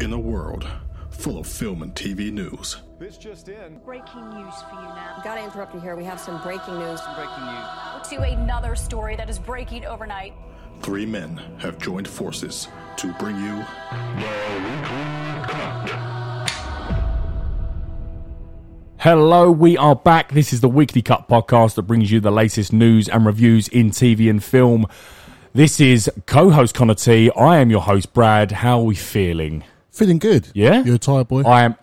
In a world full of film and TV news, This just in. Breaking news for you now. Got to interrupt you here. We have some breaking news. Breaking news. To another story that is breaking overnight. three men have joined forces to bring you Hello, we are back. This is the Weekly Cut podcast that brings you the latest news and reviews in TV and film. This is co-host Connor T. I am your host Brad. How are we feeling? Feeling good. Yeah? You're a tired boy. I am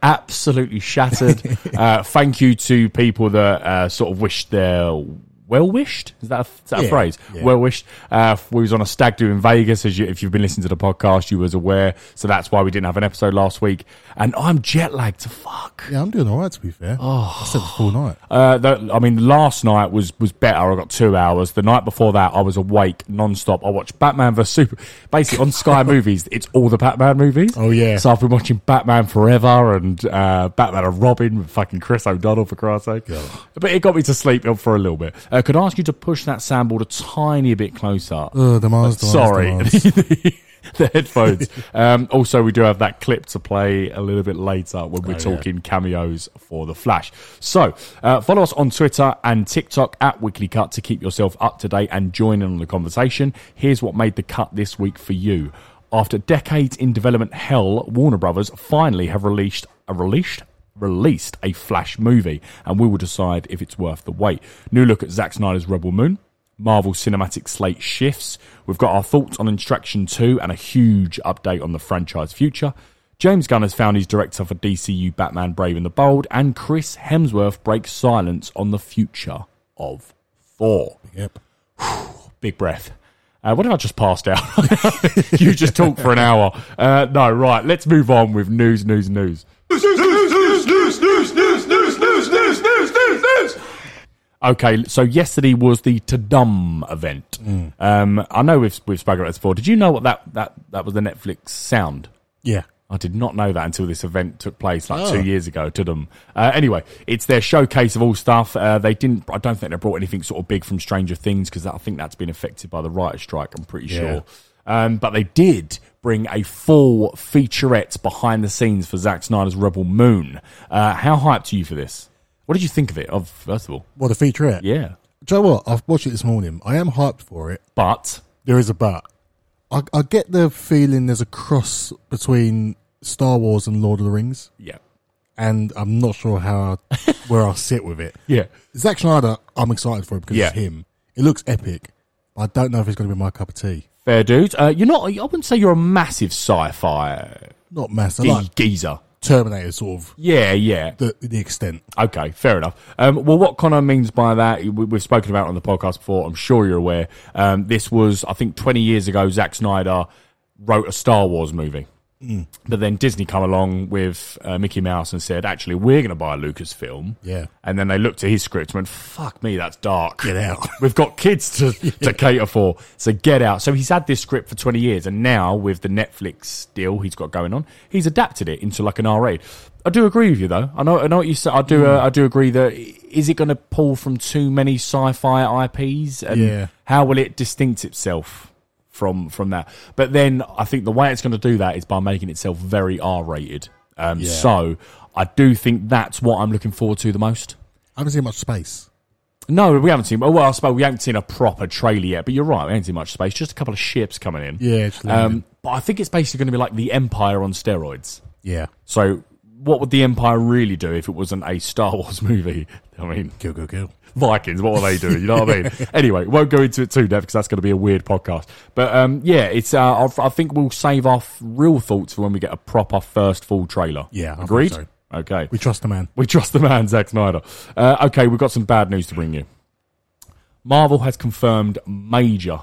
absolutely shattered. uh, thank you to people that uh, sort of wished their well wished. Is that a, is that a Yeah, phrase? yeah. Well wished. Uh, we was on a stag do in Vegas. As you, if you've been listening to the podcast, you was aware. So that's why we didn't have an episode last week. And I'm jet lagged to fuck. yeah, I'm doing all right, to be fair. Oh. I slept the full night. Uh, the, I mean, last night was was better. I got two hours. The night before that, I was awake non-stop. I watched Batman vs Super. Basically, on Sky Movies, it's all the Batman movies. Oh, yeah. So I've been watching Batman Forever and uh, Batman and Robin with fucking Chris O'Donnell for Christ's sake. But it got me to sleep for a little bit. Uh, could I ask you to push that soundboard a tiny bit closer? Ugh, demands, demands, Sorry. demands. The headphones. um, also, we do have that clip to play a little bit later when we're talking cameos for The Flash. So, uh, follow us on Twitter and TikTok at Weekly Cut to keep yourself up to date and join in on the conversation. Here's what made the cut this week for you. After decades in development hell, Warner Brothers finally have released a released released a Flash movie, and we will decide if it's worth the wait. New look at Zack Snyder's Rebel Moon. Marvel cinematic slate shifts. We've got our thoughts on Instruction 2 and a huge update on the franchise future. James Gunn has found his director for DCU Batman Brave and the Bold, and Chris Hemsworth breaks silence on the future of Thor. Yep. Big breath. Uh, what if I just passed out? you just talked for an hour. Uh, no, right. Let's move on with news, news, news. Okay, so yesterday was the Tadum event. Um, I know we've we've spoken about this before. Did you know what that that that was the Netflix sound? Yeah. I did not know that until this event took place like two years ago. To them, uh, anyway, it's their showcase of all stuff. Uh, they didn't. I don't think they brought anything sort of big from Stranger Things because I think that's been affected by the writer's strike. I'm pretty Yeah. sure, um, but they did bring a full featurette behind the scenes for Zack Snyder's Rebel Moon. Uh, how hyped are you for this? What did you think of it? Of first of all, Well, the featurette. yeah, Do you know what? I've watched it this morning. I am hyped for it. but There is a but. I, I get the feeling there's a cross between Star Wars and Lord of the Rings, yeah, and I'm not sure how where I'll sit with it. yeah. Zack Schneider, I'm excited for it because it's Yeah. him. It looks epic. But I don't know if it's going to be my cup of tea. Fair dude. Uh, you're not. I wouldn't say you're a massive sci-fi Not massive. ge- Like geezer. Terminator, sort of Yeah, yeah. the the extent. Okay, fair enough. Um, well, what Connor means by that, we, we've spoken about it on the podcast before. I'm sure you're aware. Um, this was, I think, 20 years ago. Zack Snyder wrote a Star Wars movie, Mm. but then Disney come along with uh, Mickey Mouse and said, "Actually, we're going to buy Lucasfilm." Yeah. And then they looked at his script and went, "Fuck me, that's dark. Get out. We've got kids to, to cater for, so get out." So he's had this script for 20 years, and now with the Netflix deal he's got going on, he's adapted it into like an R rated. I do agree with you though. I know, I know what you said. I do, Mm. uh, I do agree that is it going to pull from too many sci-fi IPs, and Yeah. how will it distinct itself? From from that, but then I think the way it's going to do that is by making itself very R rated. Um, Yeah. So I do think that's what I'm looking forward to the most. I haven't seen much space. No, we haven't seen. Well, I suppose we haven't seen a proper trailer yet. But you're right, we haven't seen much space. Just a couple of ships coming in. Yeah, it's Um, but I think it's basically going to be like the Empire on steroids. Yeah. So, what would the Empire really do if it wasn't a Star Wars movie? I mean, Go, go, go. Vikings, what were they doing? You know what I mean? anyway, won't go into it too depth because that's going to be a weird podcast. But um, yeah, it's. Uh, I'll- I think we'll save our f- real thoughts for when we get a proper first full trailer. Yeah, I think agreed. so. Okay, We trust the man. we trust the man, Zack Snyder. Uh, okay, we've got some bad news to bring you. Marvel has confirmed major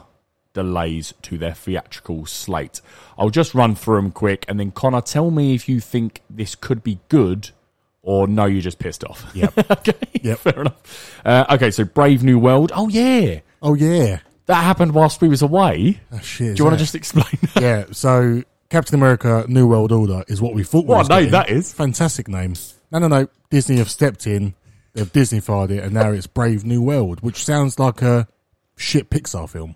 delays to their theatrical slate. I'll just run through them quick, and then Connor, tell me if you think this could be good or no, you're just pissed off. Yep. okay. Yep. Fair enough. Uh, okay, so Brave New World. Oh yeah, Oh yeah. that happened whilst we was away. Oh, shit. Do you want to just explain? that? Yeah. So Captain America: New World Order is what we thought. we What a was name getting. that is. Fantastic name. No, no, no. Disney have stepped in. They've Disneyfied it, and now it's Brave New World, which sounds like a shit Pixar film.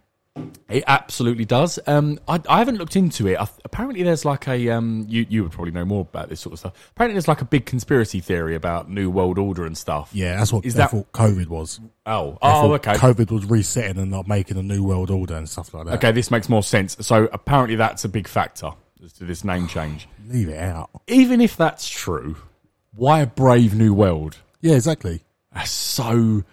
It absolutely does. Um, I, I haven't looked into it. I, apparently, there's like a um, you you would probably know more about this sort of stuff. Apparently, there's like a big conspiracy theory about New World Order and stuff. Yeah, that's what Is they that- thought COVID was. Oh, They oh, thought okay. COVID was resetting and not making a new world order and stuff like that. Okay, this makes more sense. So apparently, that's a big factor as to this name change. Leave it out. Even if that's true, why a brave new world? Yeah, exactly. That's so.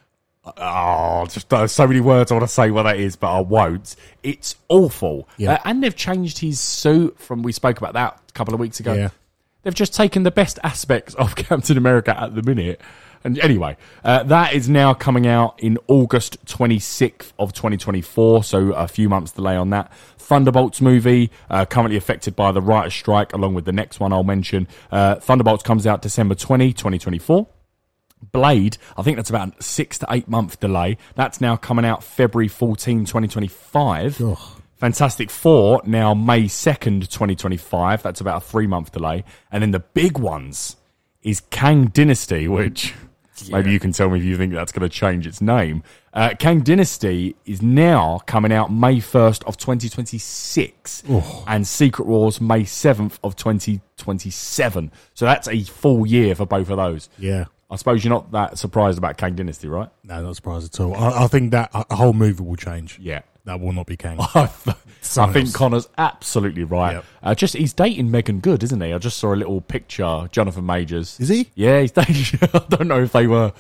Oh, just there's so many words I want to say what that is, but I won't. It's awful. Yeah. Uh, and they've changed his suit from we spoke about that a couple of weeks ago. Yeah. They've just taken the best aspects of Captain America at the minute. And anyway, uh, that is now coming out in August 26th of 2024, so a few months delay on that. Thunderbolts movie, uh, currently affected by the writer's strike, along with the next one I'll mention. Uh, Thunderbolts comes out December 20, 2024. Blade, I think that's about a six to eight month delay. That's now coming out February 14, 2025. Ugh. Fantastic Four, now May 2nd, 2025. That's about a three month delay. And then the big ones is Kang Dynasty, which maybe you can tell me if you think that's going to change its name. Uh, Kang Dynasty is now coming out May 1st of 2026 and Secret Wars May 7th of 2027. So that's a full year for both of those. Yeah. I suppose you're not that surprised about Kang Dynasty, right? No, not surprised at all. I, I think that uh, a whole movie will change. Yeah. That will not be Kang. I think else. Connor's absolutely right. Yep. Uh, just he's dating Megan Good, isn't he? I just saw a little picture. Jonathan Majors. Is he? Yeah, he's dating. I don't know if they were.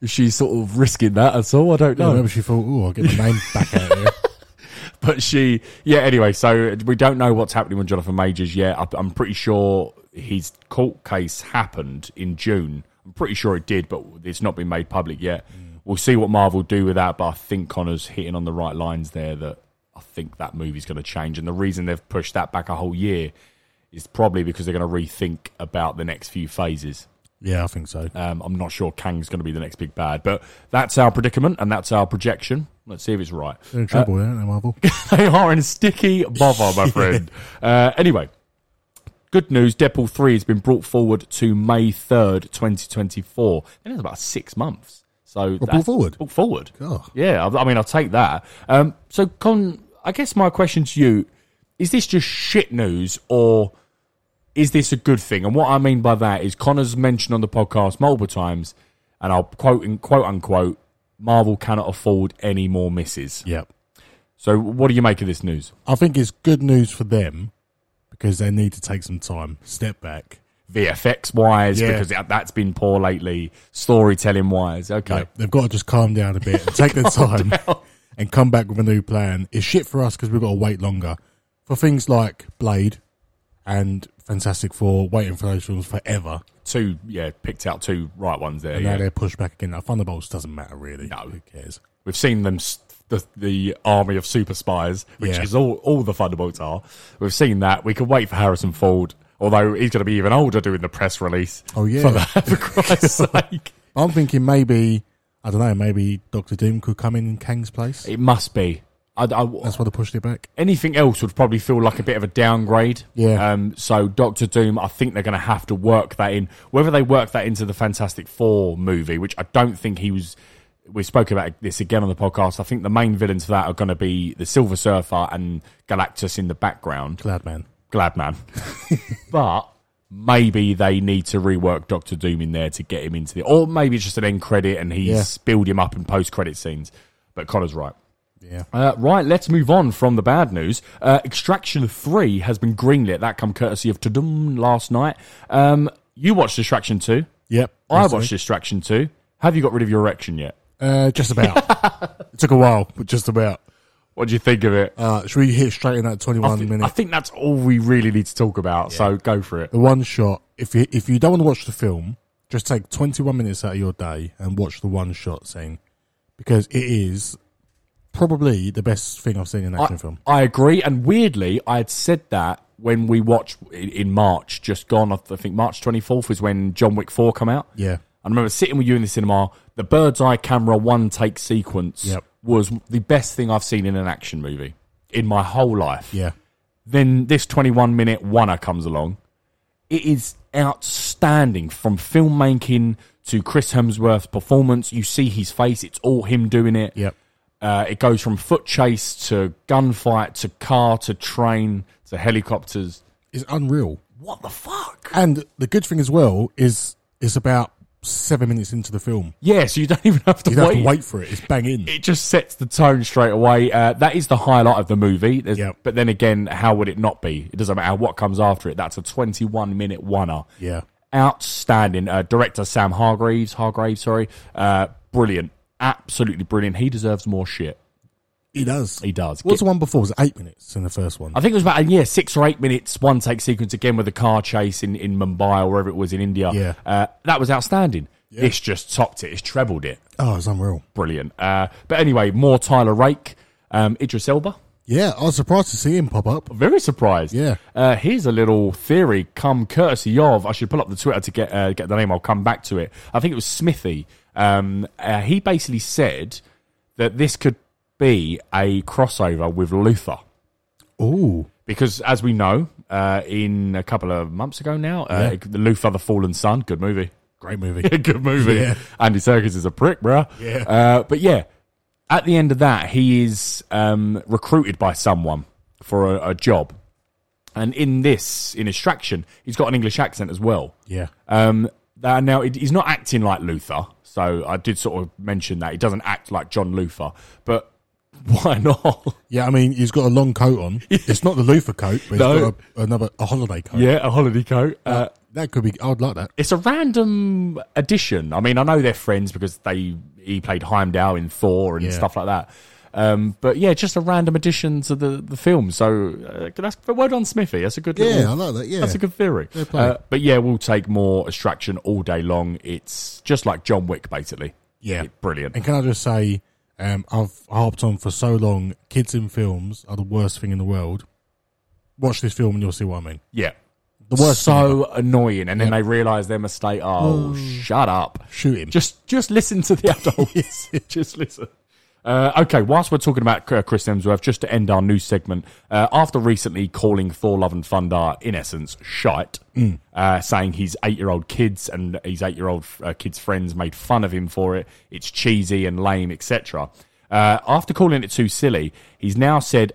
If she's sort of risking that at all. I don't I know. remember she thought, oh, I'll get my name back out here. but she, yeah. Anyway, so we don't know what's happening with Jonathan Majors yet. I, I'm pretty sure his court case happened in June. I'm pretty sure it did, but it's not been made public yet. We'll see what Marvel do with that. But I think Connor's hitting on the right lines there. That I think that movie's going to change, and the reason they've pushed that back a whole year is probably because they're going to rethink about the next few phases. Yeah, I think so. Um, I'm not sure Kang's going to be the next big bad, but that's our predicament and that's our projection. Let's see if it's right They're in trouble, uh, aren't they, Marvel? they are in a sticky bother, my friend. Uh, anyway, good news. Deadpool 3 has been brought forward to May 3rd, 2024. And it's about six months. So that- Oh, brought forward? Brought forward. God. Yeah, I, I mean, I'll take that. Um, so, Con, I guess my question to you is this just shit news or is this a good thing? And what I mean by that is Connor's mentioned on the podcast multiple times, and I'll quote and quote unquote, Marvel cannot afford any more misses. yep. So, what do you make of this news? I think it's good news for them because they need to take some time, step back. VFX wise, Yeah. because that- that's been poor lately. Storytelling wise, okay. Like, they've got to just calm down a bit, and take their time, and come back with a new plan. It's shit for us because we've got to wait longer for things like Blade and Fantastic Four. Waiting for those films forever, Two, yeah, picked out two right ones there. and now Yeah. they're pushed back again. Now, Thunderbolts doesn't matter really. No, who cares? We've seen them, s- the, the army of super spies, which Yeah. is all, all the Thunderbolts are. We've seen that. We can wait for Harrison Ford, although he's going to be even older doing the press release. Oh, yeah. For, that, for Christ's sake. I'm thinking maybe I don't know. Maybe Doctor Doom could come in in Kang's place. It must be. I, I, That's why they pushed it back. anything else would probably feel like a bit of a downgrade. Yeah. Um, so Doctor Doom, I think they're going to have to work that in. Whether they work that into the Fantastic Four movie, which I don't think he was. We spoke about this again on the podcast. I think the main villains for that are going to be the Silver Surfer and Galactus in the background. Glad man. Glad man. but maybe they need to rework Doctor Doom in there to get him into the, or maybe it's just an end credit and he's Yeah. build him up in post credit scenes. But Connor's right. Yeah. Uh, right, let's move on from the bad news. Uh, Extraction 3 has been greenlit. That come courtesy of Tudum last night. Um, you watched Extraction 2. Yep. I Yes, watched Extraction 2. Have you got rid of your erection yet? Uh, just about. it took a while, but just about. What do you think of it? Uh, should we hit straight in that I, twenty-one thi- minute? I think that's all we really need to talk about, so go for it. the one shot. If you if you don't want to watch the film, just take twenty one minutes out of your day and watch the one shot scene because it is probably the best thing I've seen in an action I, film. I agree. And weirdly, I had said that when we watched in, in March, just gone, I th- I think March 24th was when John Wick 4 come out. Yeah, I remember sitting with you in the cinema. The bird's eye camera one take sequence Yep. was the best thing I've seen in an action movie in my whole life. yeah, Then this 21 minute oneer comes along. It is outstanding from filmmaking to Chris Hemsworth's performance. You see his face, it's all him doing it. yep. Uh, it goes from foot chase to gunfight to car to train to helicopters. It's unreal. What the fuck? And the good thing as well is it's about seven minutes into the film. Yeah, so you don't even have to, You don't have to wait for it. It's bang in. it just sets the tone straight away. Uh, that is the highlight of the movie. There's- Yep. But then again, how would it not be? It doesn't matter what comes after it. That's a 21 minute oneer. Yeah. Outstanding. Uh, director Sam Hargreaves, Hargrave, sorry. Uh, brilliant. Absolutely brilliant. He deserves more shit. He does. He does. What's the one before? Was it eight minutes in the first one? I think it was about yeah six or eight minutes one take sequence again with a car chase in, in Mumbai or wherever it was in India. Yeah. Uh, that was outstanding. This just topped it. It's trebled it. Oh, it's unreal. Brilliant. Uh, but anyway, more Tyler Rake, um, Idris Elba. Yeah, I was surprised to see him pop up. Very surprised. Yeah. Uh, here's a little theory, come courtesy of. I should pull up the Twitter to get uh, get the name. I'll come back to it. I think it was Smithy. Um, uh, he basically said that this could be a crossover with Luther, Ooh, because as we know, uh, in a couple of months ago now, uh, Luther: The Fallen Son, good movie. great movie. Yeah, good movie. Yeah. Andy Serkis is a prick, bro. Yeah. Uh, but yeah, at the end of that, he is um, recruited by someone for a, a job, and in this, in Extraction, he's got an English accent as well. yeah. Um, that- now it- he's not acting like Luther, so I did sort of mention that he doesn't act like John Luther, but why not? Yeah, I mean, he's got a long coat on. It's not the loofah coat, but No. he's got a, another a holiday coat. yeah, a holiday coat. Uh, That could be. I'd like that. it's a random addition. I mean, I know they're friends because they he played Heimdall in Thor and Yeah. stuff like that. Um, but yeah, just a random addition to the, the film. So uh, that's well done, Smithy. That's a good. Yeah, little- I like that. Yeah, That's a good theory. play. Uh, but yeah, we'll take more extraction all day long. It's just like John Wick, basically. Yeah, It's brilliant. And can I just say, um, I've harped on for so long. Kids in films are the worst thing in the world. Watch this film and you'll see what I mean. Yeah, The worst. thing ever. so annoying. And then they realise their mistake. Oh, shut up! Shoot him. Just just listen to the adults. just listen. Uh, okay, whilst we're talking about uh, Chris Hemsworth, just to end our new segment, uh, after recently calling Thor Love and Thunder, in essence, shite, Mm. uh, saying his eight year old kids and his eight year old uh, kids' friends made fun of him for it, it's cheesy and lame, etc. Uh, after calling it too silly, he's now said,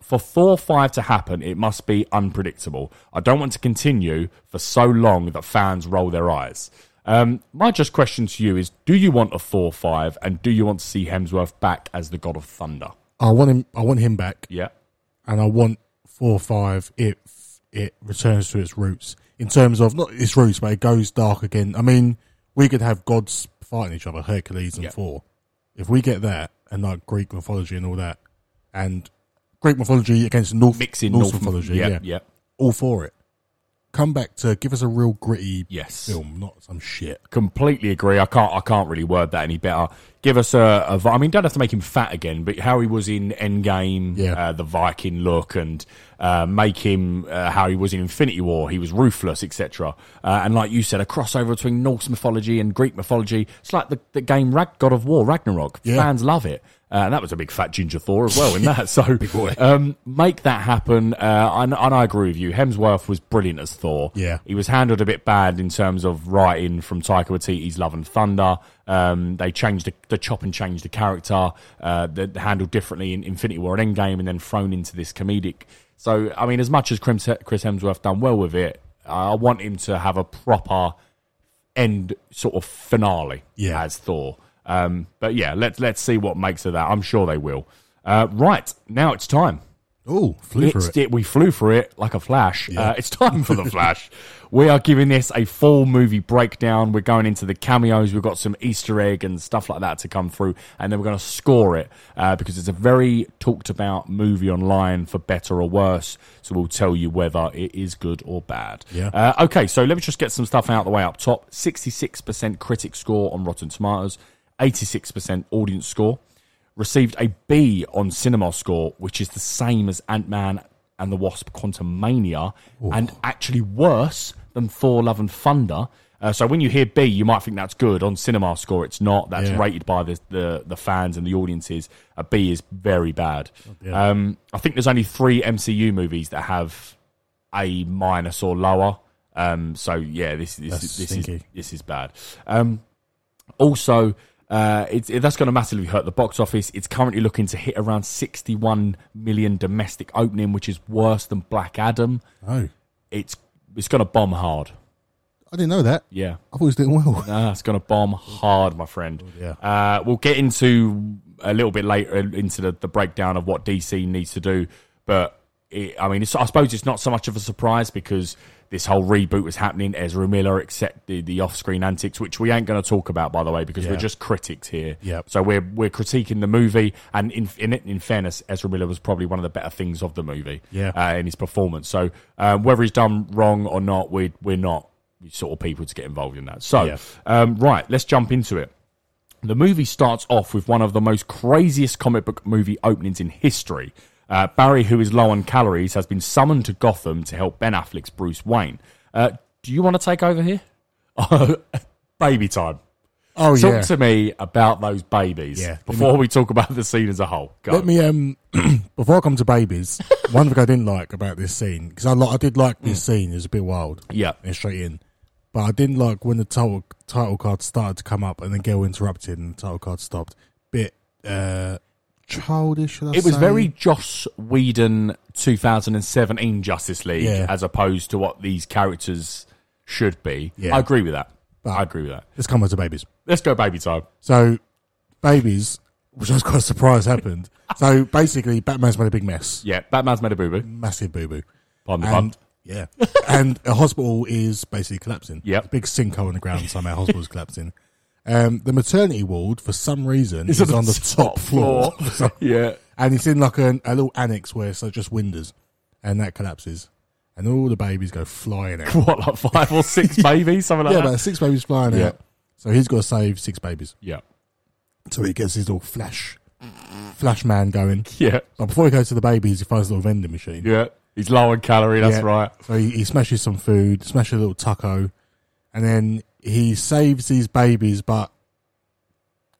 for Thor 5 to happen, it must be unpredictable. I don't want to continue for so long that fans roll their eyes. Um, my just question to you is do you want a Thor 5 and do you want to see Hemsworth back as the God of Thunder? I want him. I want him back, Yeah. and I want four or five if it returns to its roots in terms of not its roots, but it goes dark again. I mean, we could have gods fighting each other, Hercules and Yeah. Thor. If we get that and like Greek mythology and all that, and Greek mythology against North Mixing Norse North mythology, yeah, yeah, yeah. all for it. Come back to give us a real gritty Yes. film, not some shit. Completely agree. I can't I can't really word that any better. Give us a, a vi- I mean, don't have to make him fat again, but how he was in Endgame, Yeah. uh, the Viking look, and uh, make him uh, how he was in Infinity War. He was ruthless, etc. Uh, and like you said, a crossover between Norse mythology and Greek mythology. It's like the, the game Rag- God of War, Ragnarok. Yeah. Fans love it. Uh, and that was a big fat ginger Thor as well in that. So Um, make that happen. Uh, and, and I agree with you. Hemsworth was brilliant as Thor. Yeah. He was handled a bit bad in terms of writing from Taika Waititi's Love and Thunder. Um, they changed the, the chop and changed the character, uh, the, the handled differently in Infinity War and Endgame, and then thrown into this comedic. So, I mean, as much as Chris Chris Hemsworth done well with it, I want him to have a proper end sort of finale Yeah. as Thor. Um, but yeah, let's let's see what makes of that. I'm sure they will. Uh, right now, it's time. Oh, flew It's- through it. it- we flew for it like a flash. Uh, it's time for the flash. we are giving this a full movie breakdown. We're going into the cameos. We've got some Easter egg and stuff like that to come through, and then we're going to score it uh, because it's a very talked about movie online for better or worse. So we'll tell you whether it is good or bad. Yeah. Uh, okay, so let me just get some stuff out of the way up top. Sixty-six percent critic score on Rotten Tomatoes, eighty-six percent audience score received a B on Cinema Score, which is the same as Ant Man and the Wasp: Quantum Mania, and actually worse than Thor: Love and Thunder. Uh, so when you hear B, you might think that's good. On Cinema Score, it's not. That's Yeah. rated by the, the the fans and the audiences. A B is very bad. um, I think there's only three MCU movies that have a minus or lower. Um, so yeah, this this, That's this is stinky. this is bad. Um, also, Uh, it's it, that's going to massively hurt the box office. It's currently looking to hit around 61 million domestic opening, which is worse than Black Adam. Oh, It's it's going to bomb hard. I didn't know that. Yeah. I thought it was doing well. Ah, it's going to bomb hard, my friend. Oh, yeah. Uh, we'll get into a little bit later uh, into the, the breakdown of what DC needs to do. But it, I mean, it's, I suppose it's not so much of a surprise because this whole reboot was happening. Ezra Miller accepted the off screen antics, which we ain't going to talk about, by the way, because we're Yeah. just critics here. Yep. So we're we're critiquing the movie, and in in, in fairness, Ezra Miller was probably one of the better things of the movie. Yeah. uh, in his performance. So um, whether he's done wrong or not, we we're not the sort of people to get involved in that. So Yeah. um, right, let's jump into it. The movie starts off with one of the most craziest comic book movie openings in history. Uh, Barry, who is low on calories, has been summoned to Gotham to help Ben Affleck's Bruce Wayne. Uh, do you want to take over here? Baby time. Oh Talk yeah. to me about those babies Yeah. before we talk about the scene as a whole. Go. Let me um before I come to babies, one thing I didn't like about this scene because I like I did like this scene. It was a bit wild. Mm. Yeah. and straight in, but I didn't like when the title title card started to come up and the girl interrupted and the title card stopped. Bit uh childish. Should I It was say? very Joss Whedon 2017 Justice League Yeah. as opposed to what these characters should be. Yeah. I agree with that. But- I agree with that. Let's come on to babies. Let's go baby time. So babies, which I was quite surprised happened. So basically, Batman's made a big mess, Yeah, Batman's made a boo boo. massive boo boo. Pardon the and pun. yeah, and a hospital is basically collapsing. Yep. big sinkhole in the ground. Somehow, hospital's collapsing. Um, the maternity ward, for some reason, is on the top floor, yeah. and it's in like a, a little annex where it's like just windows, and that collapses, and all the babies go flying out. What, like five or six babies? Something like yeah, that? about six babies flying Yeah. out. So he's got to save six babies. yeah. So he gets his little flash, flash man going. Yeah. But before he goes to the babies, he finds a little vending machine. Yeah. He's low on calorie, that's Yeah. right. So he, he smashes some food, smashes a little taco, and then he saves these babies, but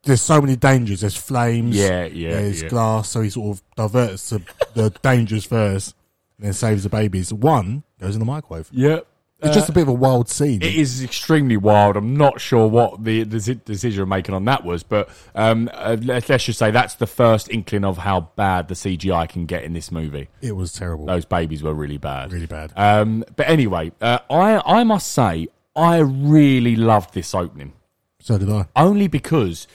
there's so many dangers. There's flames. Yeah, yeah, There's yeah. glass, so he sort of diverts to the dangers first and then saves the babies. One goes in the microwave. Yeah. It's just a bit of a wild scene. Uh, It is extremely wild. I'm not sure what the, the deci- decision making on that was, but um, uh, let's, let's just say that's the first inkling of how bad the CGI can get in this movie. It was terrible. Those babies were really bad. Really bad. Um, but anyway, uh, I, I must say, I really loved this opening so did I. only because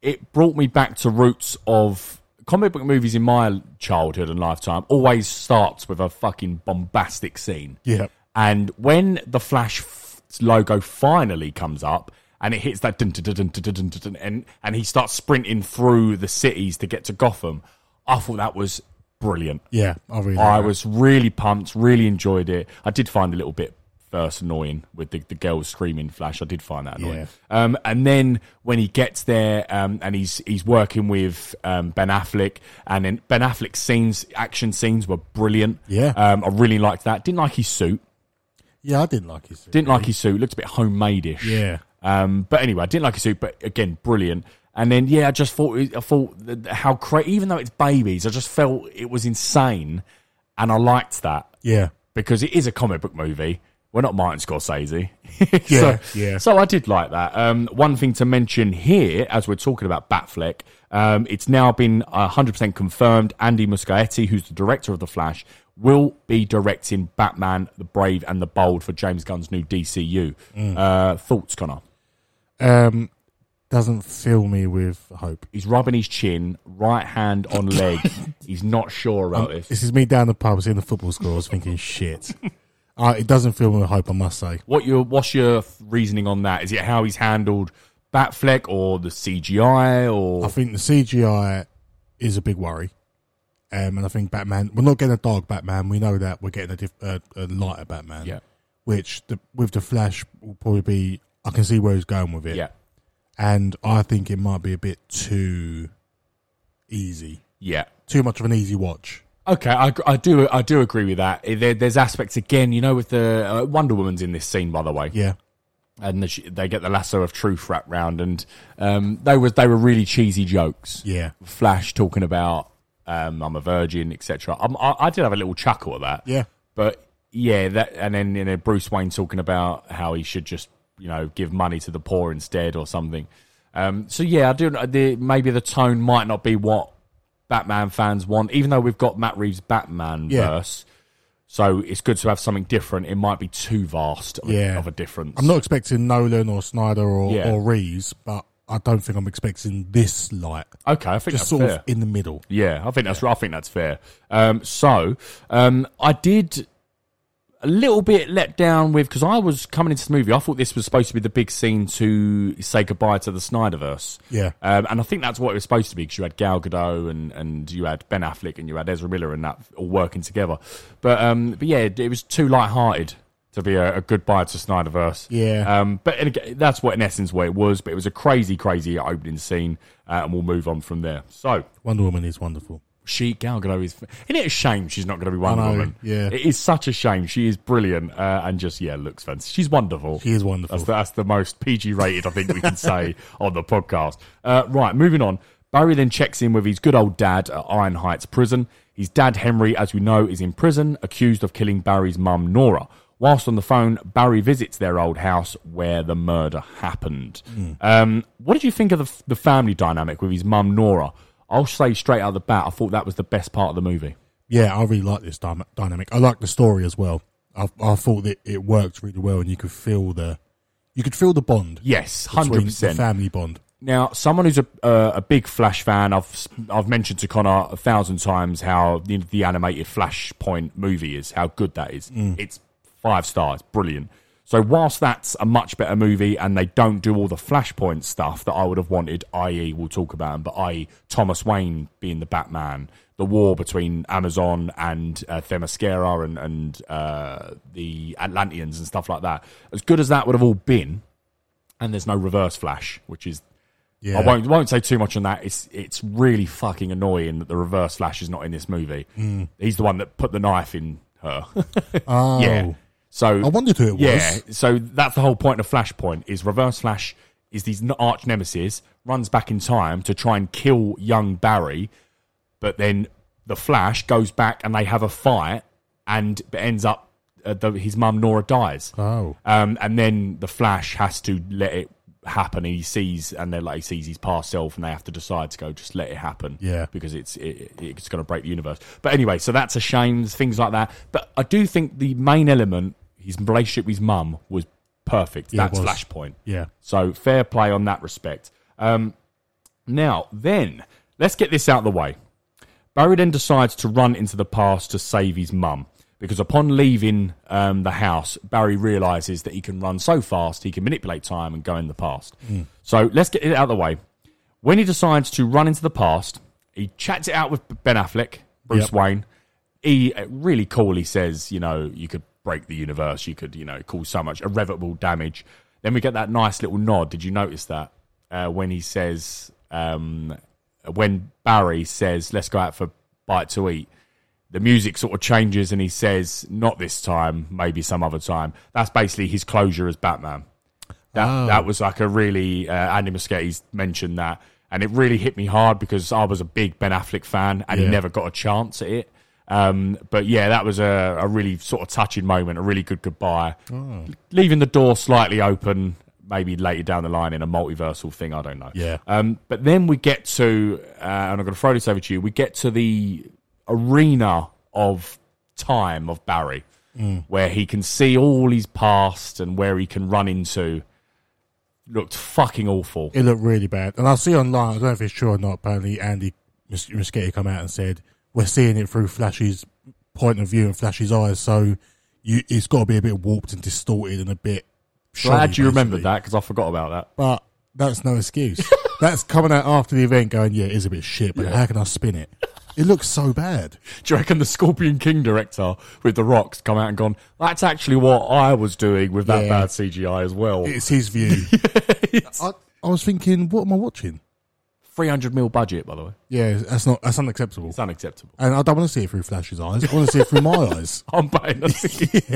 it brought me back to roots of comic book movies in my childhood and lifetime always starts with a fucking bombastic scene. Yeah. And when the Flash f- logo finally comes up and it hits that dun dun dun dun dun dun dun dun and and he starts sprinting through the cities to get to Gotham, I thought that was brilliant. Yeah, I really. I like was really pumped, really enjoyed it. I did find a little bit first annoying with the, the girl screaming flash. I did find that annoying. Yeah. Um, and then when he gets there um, and he's he's working with um, Ben Affleck, and then Ben Affleck's scenes, action scenes were brilliant. Yeah. um, I really liked that. Didn't like his suit. that. Yeah, I didn't like his. Didn't like his suit. Looked a bit homemadeish. Yeah. Um, but anyway, I didn't like his suit, but again, brilliant. And then yeah, I just thought it- I thought that- how cra even though it's babies, I just felt it was insane, and I liked that Yeah. because it is a comic book movie. We're not Martin Scorsese. Yeah, so, yeah. So I did like that. Um, one thing to mention here, as we're talking about Batfleck, um, it's now been 100% confirmed Andy Muschietti, who's the director of The Flash, will be directing Batman, The Brave and the Bold for James Gunn's new DCU. Mm. Uh, thoughts, Connor? Um, doesn't fill me with hope. He's rubbing his chin, right hand on leg. He's not sure about this. This is me down the pub seeing the football scores, thinking shit. Uh, it doesn't fill me with hope, I must say. What your what's your th- reasoning on that? Is it how he's handled Batfleck or the CGI or I think the CGI is a big worry, um, and I think Batman. We're not getting a dark Batman. We know that we're getting a, diff, uh, a lighter Batman. Yeah. Which the, with the Flash will probably be. I can see where he's going with it. yeah And I think it might be a bit too easy, yeah too much of an easy watch. okay I, gr- I do I do agree with that. Eh, There, there's aspects again, you know, with the uh, Wonder Woman's in this scene by the way, Yeah. and the, sh- they get the lasso of truth wrapped round, and um, they was they were really cheesy jokes. Yeah. Flash talking about um, I'm a virgin, etc. Um, I, I did have a little chuckle at that. Yeah. but yeah, that and then you know Bruce Wayne talking about how he should just you know give money to the poor instead or something. Um, so yeah, I do. The, maybe the tone might not be what Batman fans want, even though we've got Matt Reeves' Batman Yeah. verse. So it's good to have something different. It might be too vast of, a- Yeah. of a difference. I'm not expecting Nolan or Snyder or, Yeah. or Reeves, but I don't think I'm expecting this light. okay. I think Just that's sort fair. of in the middle. Yeah, I think that's I think that's fair. Um, so um, I did a little bit let down with because I was coming into the movie. I thought this was supposed to be the big scene to say goodbye to the Snyderverse. Yeah. um, and I think that's what it was supposed to be because you had Gal Gadot and and you had Ben Affleck and you had Ezra Miller and that all working together. But um, but yeah, it, it was too light-hearted to be a, a goodbye to Snyderverse. Yeah. Um, but and again, that's what in essence what it was. But it was a crazy, crazy opening scene, uh, and we'll move on from there. So. Wonder Woman is wonderful. She Gal Gadot is. Isn't it a shame she's not going to be I Wonder know, Woman? yeah. it is such a shame. She is brilliant uh, and just yeah, looks fantastic. She's wonderful. She is wonderful. That's the, that's the most PG rated I think we can say on the podcast. Uh, right, moving on. Barry then checks in with his good old dad at Iron Heights Prison. His dad Henry, as we know, is in prison, accused of killing Barry's mum Nora. Whilst on the phone, Barry visits their old house where the murder happened. Hmm. Um, what did you think of the, f- the family dynamic with his mum Nora? I'll say straight out of the bat, I thought that was the best part of the movie. Yeah, I really like this dyna- dynamic. I like the story as well. I, I thought that it worked really well, and you could feel the, you could feel the bond. Yes, between hundred The percent. family bond. Now, someone who's a uh, a big Flash fan, I've I've mentioned to Connor a thousand times how the, the animated Flashpoint movie is, how good that is. It's five stars, brilliant. So, whilst that's a much better movie, and they don't do all the Flashpoint stuff that I would have wanted, i.e., we'll talk about, 'em, but i.e., Thomas Wayne being the Batman, the war between Amazon and uh, Themyscira and and uh, the Atlanteans and stuff like that. As good as that would have all been, and there's no Reverse Flash, which is Yeah, I won't won't say too much on that. It's it's really fucking annoying that the Reverse Flash is not in this movie. Hmm. He's the one that put the knife in her. Oh, yeah. So I wondered who it was. yeah. So that's the whole point of Flashpoint is Reverse Flash is these n- arch nemesis runs back in time to try and kill young Barry, but then the Flash goes back and they have a fight and it ends up uh, the, his mum Nora dies. Oh. Um, and then the Flash has to let it happen. He sees, and then like he sees his past self, and they have to decide to go just let it happen. Yeah. because it's it, it's going to break the universe. But anyway, so that's a shame. Things like that. But I do think the main element, his relationship with his mum, was perfect. Yeah, it that's was. Flashpoint. Yeah. So fair play on that respect. Um, now then, let's get this out of the way. Barry then decides to run into the past to save his mum because upon leaving um, the house, Barry realizes that he can run so fast he can manipulate time and go in the past. So let's get it out of the way. When he decides to run into the past, he chats it out with Ben Affleck, Bruce Yep. Wayne. He uh, really coolly says, you know, you could break the universe, you could, you know, cause so much irreparable damage. Then we get that nice little nod. Did you notice that uh, when he says, um, when Barry says, "Let's go out for a bite to eat," the music sort of changes, and he says, "Not this time, maybe some other time." That's basically his closure as Batman. That Oh. that was like a really uh, Andy Muschietti's mentioned that, and it really hit me hard because I was a big Ben Affleck fan, and he Yeah. never got a chance at it. Um, but yeah, that was a, a really sort of touching moment, a really good goodbye, Oh. leaving the door slightly open. Maybe later down the line in a multiversal thing, I don't know. Yeah. Um, but then we get to, uh, and I'm going to throw this over to you. We get to the arena of time of Barry, Mm. where he can see all his past and where he can run into. Looked fucking awful. It looked really bad. And I see online, I don't know if it's true or not, apparently Andy Mus- Muschietti come out and said, we're seeing it through Flash's point of view and Flash's eyes, so you, it's got to be a bit warped and distorted and a bit shoddy, Glad you remembered basically. that because I forgot about that. But that's no excuse. that's coming out after the event going, yeah, it is a bit shit, but how can I spin it? It looks so bad. Do you reckon the Scorpion King director with the rocks come out and gone? That's actually what I was doing with that Yeah. bad CGI as well. It's his view. I, I was thinking, what am I watching? Three hundred mil budget, by the way. Yeah, that's not that's unacceptable. It's unacceptable. and I don't want to see it through Flash's eyes. I want to see it through my eyes. I'm betting.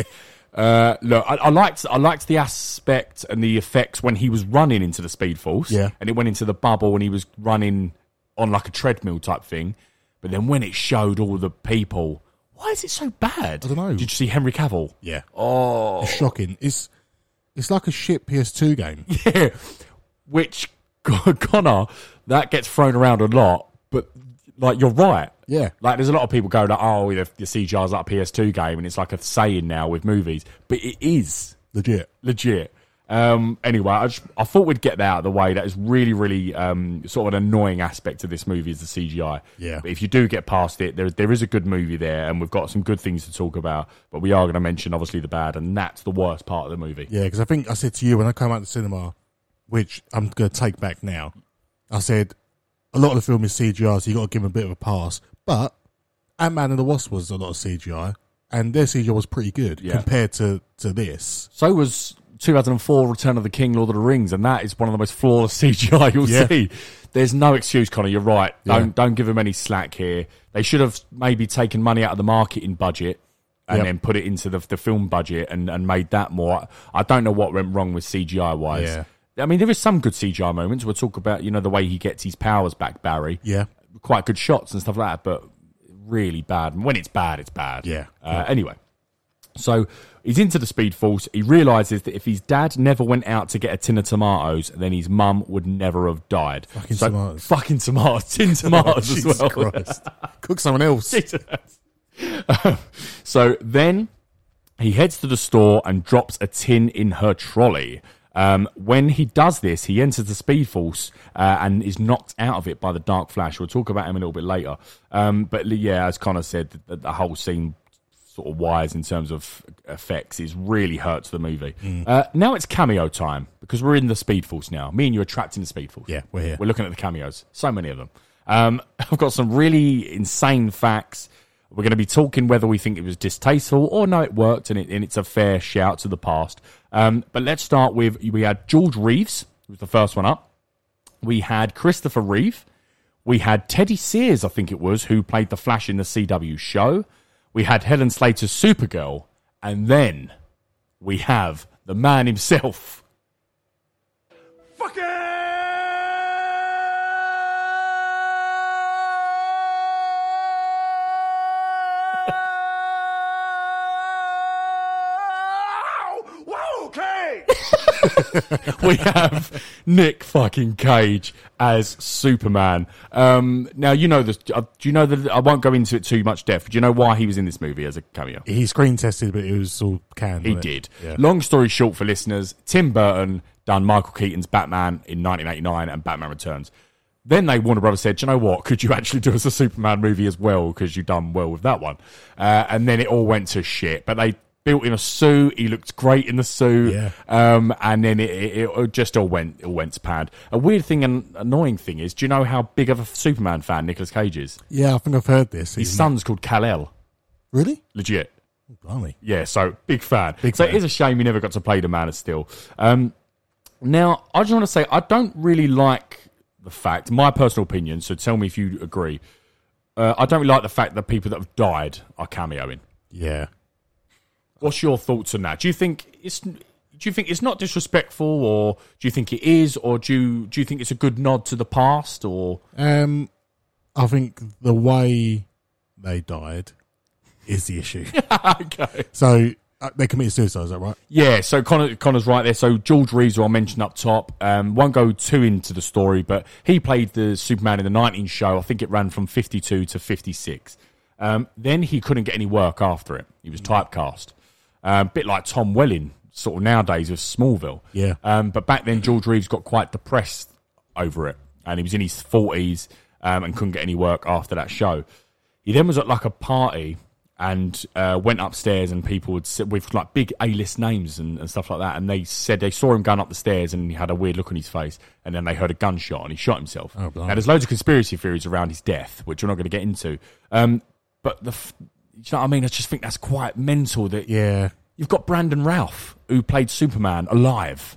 Uh, look, I, I liked I liked the aspect and the effects when he was running into the Speed Force, Yeah. and it went into the bubble, and he was running on like a treadmill type thing. But then when it showed all the people, why is it so bad? I dunno. Did you see Henry Cavill? Yeah. Oh, it's shocking. It's it's like a shit PS2 game. Yeah, which Connor, that gets thrown around a lot, but like you're right. Yeah. Like there's a lot of people going like, oh, the, the CGI's like a PS2 game, and it's like a saying now with movies, but it is Legit. legit. Um, anyway, I, just, I thought we'd get that out of the way. That is really, really um, sort of an annoying aspect of this movie is the CGI. Yeah. But if you do get past it, there there is a good movie there, and we've got some good things to talk about. But we are going to mention obviously the bad, and that's the worst part of the movie. Yeah, because I think I said to you when I came out of the cinema, which I'm going to take back now, I said a lot of the film is CGI, so you got to give him a bit of a pass. But Ant Man and the Wasp was a lot of CGI, and their CGI was pretty good Yeah. compared to, to this. So was 2004 Return of the King, Lord of the Rings, and that is one of the most flawless CGI you'll Yeah. see. There's no excuse, Connor. You're right. Yeah. Don't don't give them any slack here. They should have maybe taken money out of the marketing budget and Yep. then put it into the, the film budget and, and made that more. I don't know what went wrong with CGI wise. Yeah. I mean, there is some good CGI moments. We'll talk about you know the way he gets his powers back, Barry. Yeah. quite good shots and stuff like that, but really bad. And when it's bad, it's bad. Yeah. Uh, anyway, so he's into the Speed Force. He realizes that if his dad never went out to get a tin of tomatoes, then his mum would never have died. Fucking So- tomatoes. Fucking tomatoes. Tin tomatoes Oh, as Jesus well. Christ. Cook someone else. So then he heads to the store and drops a tin in her trolley. Um, when he does this, he enters the Speed Force uh, and is knocked out of it by the Dark Flash. We'll talk about him a little bit later. Um, but yeah, as Connor said, the, the whole scene sort of wise in terms of effects is really hurts the movie. Mm. Uh, now it's cameo time because we're in the Speed Force now. Me and you are trapped in the Speed Force. Yeah, we're here. We're looking at the cameos. So many of them. Um, I've got some really insane facts. We're going to be talking whether we think it was distasteful or no, it worked and, it, and it's a fair shout to the past. Um, but let's start with we had George Reeves, who was the first one up. We had Christopher Reeve. We had Teddy Sears, I think it was, who played the Flash in the CW show. We had Helen Slater's Supergirl. And then we have the man himself. we have Nick fucking Cage as Superman. Um, now you know this. Uh, do you know that I won't go into it too much depth. Do you know why he was in this movie as a cameo? He screen tested, but it was all canned. He wasn't it? did. Yeah. Long story short for listeners, Tim Burton done Michael Keaton's Batman in 1989 and Batman Returns. Then they Warner Brothers said, "Do you know what? Could you actually do us a Superman movie as well? Because you done well with that one." Uh, and then it all went to shit. But they built him a suit. He looked great in the suit. Yeah. Um, and then it, it, it just all went it all went to pad. A weird thing and annoying thing is, do you know how big of a Superman fan Nicolas Cage is? Yeah, I think I've heard this. His He's- son's called Kal El. really? Oh, Legit. Blimey. Yeah, so big fan. Big so it fan. is a shame he never got to play the Man of Steel. Um, now, I just want to say I don't really like the fact, my personal opinion, so tell me if you agree. Uh, I don't really like the fact that people that have died are cameoing. Yeah. What's your thoughts on that? Do you think it's do you think it's not disrespectful, or do you think it is, or do you, do you think it's a good nod to the past, or Um, I think the way they died is the issue. okay? so uh, they committed suicide, is that right? Yeah, so Connor, Connor's right there. So George Reeves, who I mentioned up top, um, won't go too into the story, but he played the Superman in the 19 show. I think it ran from 52 to 56. Um, then he couldn't get any work after it. He was typecast. Um, bit like Tom Welling, sort of nowadays with Smallville. Yeah. Um, but back then, George Reeves got quite depressed over it, and he was in his forties um, and couldn't get any work after that show. He then was at like a party and uh, went upstairs, and people would sit with like big A-list names and, and stuff like that, and they said they saw him going up the stairs, and he had a weird look on his face, and then they heard a gunshot, and he shot himself. Oh, blimey. now there's loads of conspiracy theories around his death, which we're not going to get into. Um, but the, f- you know what I mean? I just think that's quite mental that Yeah. You've got Brandon Ralph, who played Superman alive.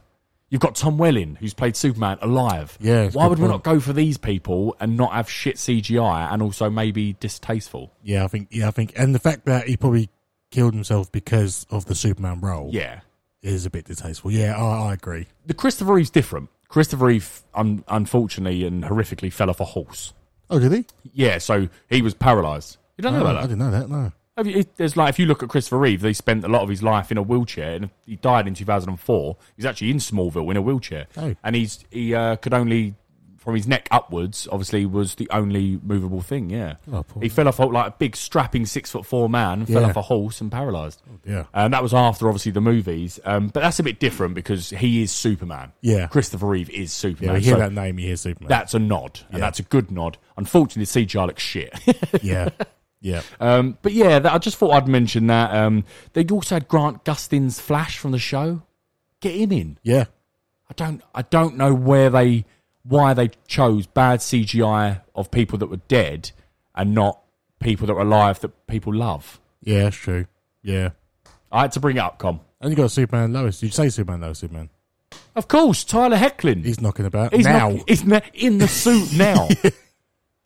You've got Tom Welling, who's played Superman alive. Yeah, it's a Why good would we point. not go for these people and not have shit CGI and also maybe distasteful? Yeah, I think. Yeah, I think. And the fact that he probably killed himself because of the Superman role Yeah. is a bit distasteful. Yeah, I, I agree. The Christopher Reeve's different. Christopher Reeve, un- unfortunately and horrifically, fell off a horse. Oh, did he? Yeah, so he was paralysed. You don't know Oh, about I that? didn't know that. No. I mean, it- There's like if you look at Christopher Reeve, they spent a lot of his life in a wheelchair, and he died in 2004. He's actually in Smallville in a wheelchair, Oh. and he's he uh, could only from his neck upwards, obviously, was the only movable thing. Yeah, Oh, poor man. he fell off a- like a big strapping six foot four man, fell Yeah. Oh, off a horse and paralysed. dear. and that was after obviously the movies, um, but that's a bit different because he is Superman. Yeah. Christopher Reeve is Superman. Yeah, you hear So that name, you hear Superman. That's a nod, and that's a good nod. Unfortunately, CGI looks shit. yeah, yeah. Um, but yeah, that, I just thought I'd mention that. Um, they also had Grant Gustin's Flash from the show. Get him in. Yeah. I don't. I don't know where they, why they chose bad CGI of people that were dead and not people that were alive that people love. Yeah, that's true. Yeah. I had to bring it up, Com. And you got Superman Lois. Did you say Superman Lois, Superman? Of course, Tyler Hecklin. He's knocking about He's now. not- he's na- in the suit now.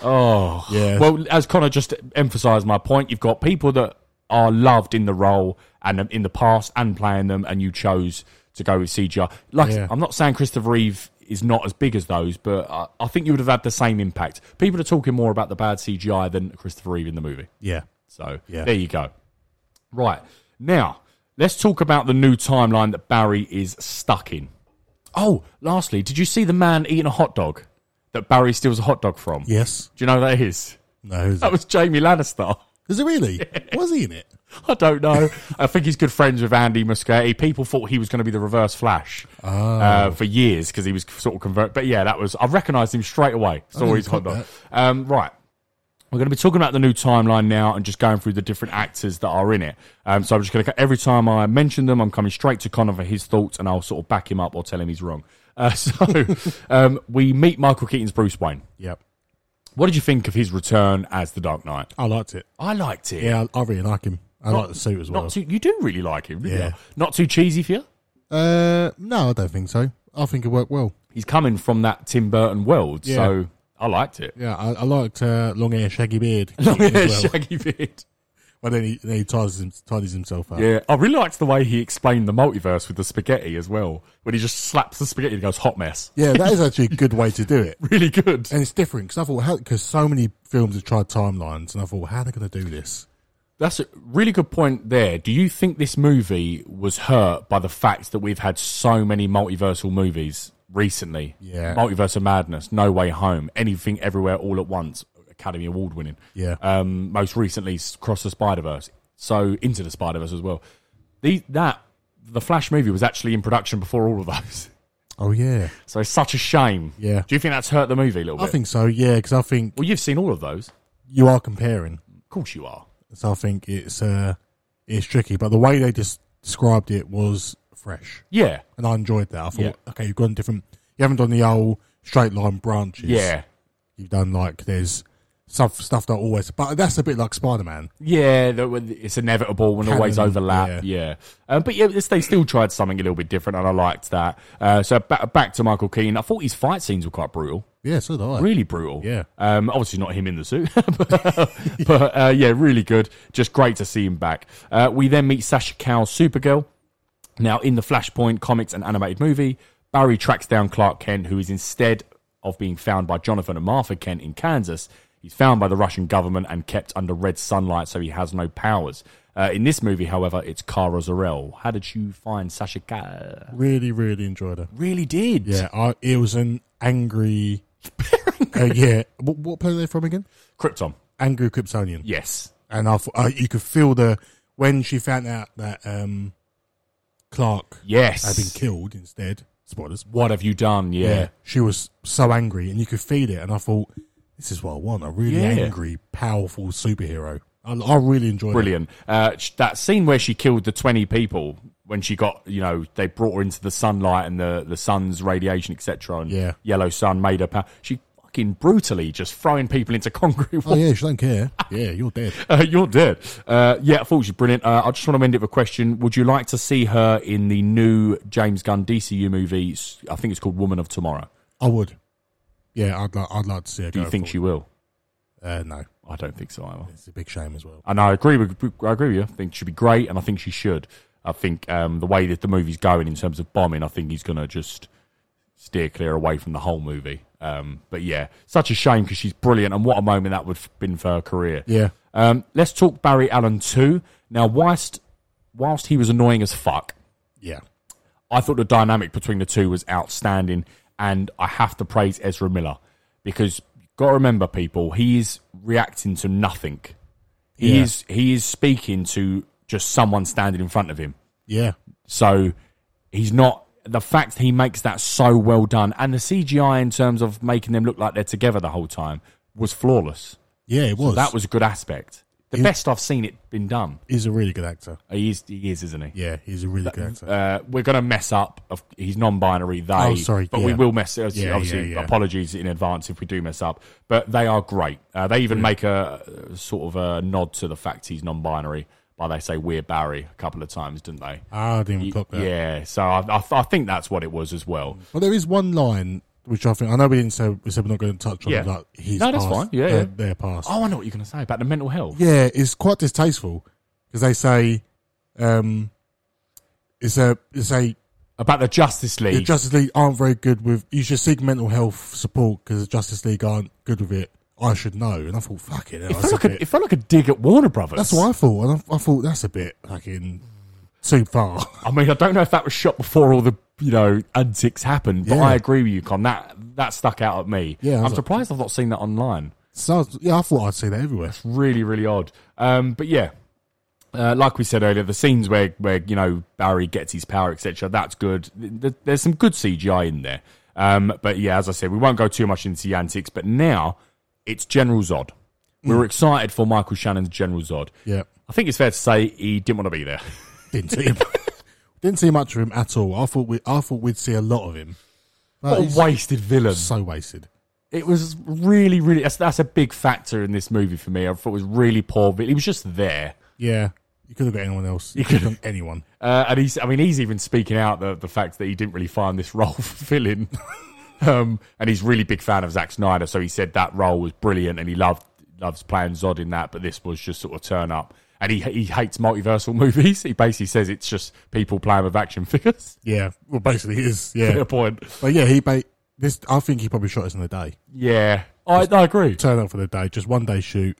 oh, Yeah. Well, as Connor just emphasised my point, you've got people that are loved in the role and um, in the past and playing them, and you chose to go with CGI. Like, Yeah. I'm not saying Christopher Reeve is not as big as those, but I, I think you would have had the same impact. People are talking more about the bad CGI than Christopher Reeve in the movie. yeah. So Yeah. there you go. Right. Now, let's talk about the new timeline that Barry is stuck in. Oh, lastly, did you see the man eating a hot dog that Barry steals a hot dog from? Yes. Do you know who that is? No. Is, That was Jamie Lannister. is it really? Was he in it? I don't know. I think he's good friends with Andy Muschietti. People thought he was going to be the Reverse Flash uh, for years because he was sort of convert. But yeah, that was I recognised him straight away. Saw didn't his hot clock dog. Um, right. We're going to be talking about the new timeline now and just going through the different actors that are in it. Um, so I'm just going to every time I mention them, I'm coming straight to Connor for his thoughts, and I'll sort of back him up or tell him he's wrong. Uh, so um, we meet Michael Keaton's Bruce Wayne. Yep. What did you think of his return as the Dark Knight? I liked it. I liked it. Yeah, I, I really like him. I like the suit as well. Not too, you do really like him, yeah. Yeah. Not too cheesy for you. uh, no, I don't think so. I think it worked well. He's coming from that Tim Burton world, Yeah. so I liked it. Yeah, I, I liked uh, long hair, shaggy beard. as Yeah, well. shaggy beard. But then he, then he tidies, him, tidies himself up. Yeah, I really liked the way he explained the multiverse with the spaghetti as well. When he just slaps the spaghetti and goes hot mess. Yeah, that is actually a good way to do it. Really good. And it's different because I thought because so many films have tried timelines, and I thought, how are they going to do this? That's a really good point there. Do you think this movie was hurt by the fact that we've had so many multiversal movies recently? Yeah. Multiverse of Madness, No Way Home, Anything Everywhere All at Once, Academy Award winning. Yeah. Um, most recently, S- Cross the Spider Verse. So Into the Spider Verse as well. The, that, the Flash movie was actually in production before all of those. Oh yeah, So it's such a shame. Yeah. Do you think that's hurt the movie a little I bit? think so. Yeah, because I think Well, you've seen all of those. you are comparing, Of course you are. so I think it's uh, it's tricky. But the way they just described it was fresh, Yeah. and I enjoyed that. I thought, Yeah. okay, you've gone different. You haven't done the old straight line branches. Yeah. you've done like there's stuff stuff that always. But that's a bit like Spider Man. Yeah, that would- it's inevitable and always Canon, overlap. Yeah, Um, but yeah, this, they still tried something a little bit different, and I liked that. Uh, so ba- back to Michael Keane. I thought his fight scenes were quite brutal, Yeah, so did I. really brutal. Yeah. Um, obviously not him in the suit, but, but uh, yeah, really good. Just great to see him back. Uh, we then meet Sasha Cow's Supergirl. Now, in the Flashpoint comics and animated movie, Barry tracks down Clark Kent, who is instead of being found by Jonathan and Martha Kent in Kansas, he's found by the Russian government and kept under red sunlight, so he has no powers. Uh, in this movie, however, it's Kara Zor-El. How did you find Sasha Cow? really, really enjoyed her. Really did. Yeah, I, it was an angry. uh, yeah, what, what planet are they from again? Krypton. Angry Kryptonian. Yes. and I, thought- I you could feel the when she found out that um, Clark Yes. had been killed instead. Spoilers. What have you done? yeah. she was so angry, and you could feel it. And I thought, this is what I want—a really Yeah. angry, powerful superhero. I, I really enjoyed Brilliant. Uh, sh- that scene where she killed the 20 people when she got, you know, they brought her into the sunlight and the, the sun's radiation, etc. And Yeah. yellow sun made her power. She fucking brutally just throwing people into concrete it. Oh walls. yeah, she don't care. yeah, you're dead. Uh, you're dead. Uh, yeah, I thought she was brilliant. Uh, I just want to end it with a question. Would you like to see her in the new James Gunn DCU movie? S- I think it's called Woman of Tomorrow. I would. Yeah, I'd like. I'd like to see her. Do you think she will? Uh, no, I don't think so either. it's a big shame as well. and I agree with I agree with you. I think she'd be great, and I think she should. I think um, the way that the movie's going in terms of bombing, I think he's going to just steer clear away from the whole movie. Um, but yeah, such a shame because she's brilliant, and what a moment that would have been for her career. Yeah. Um, let's talk Barry Allen too. Now, whilst whilst he was annoying as fuck, Yeah. I thought the dynamic between the two was outstanding, and I have to praise Ezra Miller because you've got to remember, people, he is reacting to nothing. He Yeah. is he is speaking to just someone standing in front of him. Yeah. So he's not the fact he makes that so well done, and the CGI in terms of making them look like they're together the whole time was flawless. Yeah, it was. That was a good aspect. The best I've seen it been done. He's a really good actor. He is, he is, isn't he? Yeah, he's a really good actor. uh, we're going to mess up. Of, he's non-binary. They. Oh, sorry, But we yeah. will mess. Obviously, Yeah, obviously yeah, yeah. apologies in advance if we do mess up. But they are great. Uh, they even make a uh, sort of a nod to the fact he's non-binary by they say we're Barry a couple of times, didn't they? Ah, I didn't even clock that. Mm. Yeah. So I, I, I think that's what it was as well. Well, there is one line which I think I know we didn't say we said we're not going to touch on. Yeah. Yeah. Like his No, that's past, fine. Yeah, their, yeah. their past. Oh, I know what you're going to say about the mental health. Yeah, it's quite distasteful because they say, um, it's a it's a About the Justice the League. Justice League aren't very good with. You should seek mental health support because the Justice League aren't good with it. I should know, and I thought, fuck it, it, that's felt a like a, bit- it felt like a dig at Warner Brothers. that's what I thought, and I, I thought that's a bit fucking too far. I mean, I don't know if that was shot before all the you know antics happened, but Yeah. I agree with you, Con. That that stuck out at me. Yeah, I I'm was like- surprised I've not seen that online. So I was- yeah, I thought I'd see that everywhere. Really, really odd. Um, but yeah, uh, like we said earlier, the scenes where where you know Barry gets his power, etc. That's good. Th- th- There's some good CGI in there. Um, but yeah, as I said, we won't go too much into the antics. But now it's General Zod. We were excited for Michael Shannon's General Zod. Mm. Yeah, I think it's fair to say he didn't want to be there. didn't see him. didn't see much of him at all. I thought we I thought we'd see a lot of him. But What a he's wasted villain. so wasted. it was really, really. That's, that's a big factor in this movie for me. I thought it was really poor. He was just there, Yeah, you could have got anyone else. You could have got anyone. uh, and he's. I mean, he's even speaking out the the fact that he didn't really find this role fulfilling. um, and he's a really big fan of Zack Snyder, so he said that role was brilliant, and he loved loves playing Zod in that. But this was just sort of turn up. And he he hates multiversal movies. He basically says it's just people playing with action figures. Yeah, well, basically he is. Fair Yeah, point. but yeah, he ba- this. I think he probably shot us in a day. Yeah, I, I agree. Turn up for the day, just one day shoot,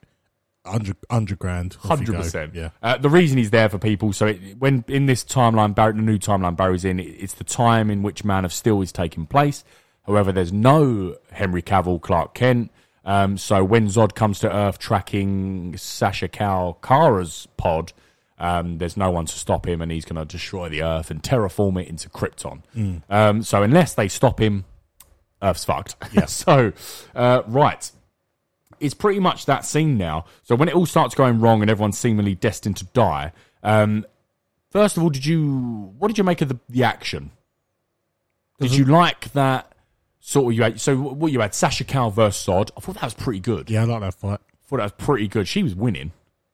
100, 100 grand, off you Hundred go. percent. Yeah, Uh, the reason he's there for people. So it, when in this timeline, Barry, the new timeline Barry's in, it, it's the time in which Man of Steel is taking place. However, there's no Henry Cavill, Clark Kent. Um, so when Zod comes to Earth tracking Sasha Cal Kara's pod, um, there's no one to stop him, and he's going to destroy the Earth and terraform it into Krypton. Mm. Um, so unless they stop him, Earth's fucked. Yeah. so uh, right it's pretty much that scene now. So when it all starts going wrong and everyone's seemingly destined to die, um, first of all, did you what did you make of the, the action? Did you like that sort of you had, so what you had Sasha Cal versus Sod? I thought that was pretty good. yeah, I like that fight. I thought that was pretty good. She was winning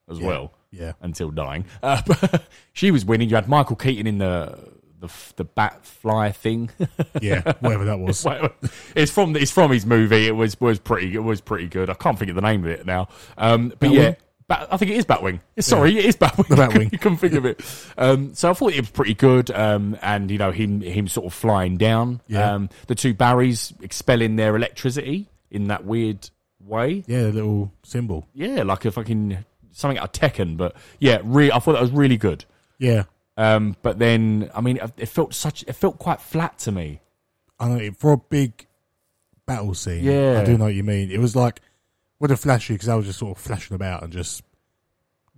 as well. yeah. Until dying, uh, but she was winning. You had Michael Keaton in the the f- the bat fly thing. Yeah, whatever that was. Well, it's from it's from his movie. It was was pretty it was pretty good. I can't think of the name of it now. Um, but Batwing? yeah, Bat, I think it is Batwing. Sorry, it is Batwing. The Batwing. you couldn't think of it. Um, so I thought it was pretty good. Um, and you know him him sort of flying down. Yeah. Um, the two Barrys expelling their electricity in that weird way. Yeah, the little symbol. Yeah, like a fucking something out of Tekken. But yeah, re- I thought that was really good. Yeah, Um, but then I mean it felt such it felt quite flat to me. I know for a big battle scene. Yeah. I do know what you mean. It was like with a flashy because I was just sort of flashing about and just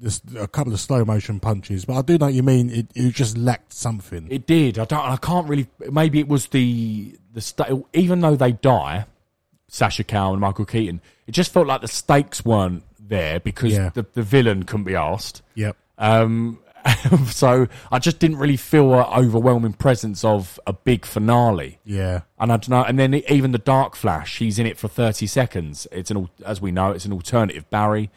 just a couple of slow motion punches. But I do know what you mean. It, it just lacked something. It did. I don't. I can't really. Maybe it was the the sta- even though they die, Sasha Cow and Michael Keaton. It just felt like the stakes weren't there because Yeah. the, the villain couldn't be asked. yep. Um, so I just didn't really feel an overwhelming presence of a big finale. Yeah. And I don't know. And then even the Dark Flash, he's in it for thirty seconds. It's an al- as we know, it's an alternative Barry.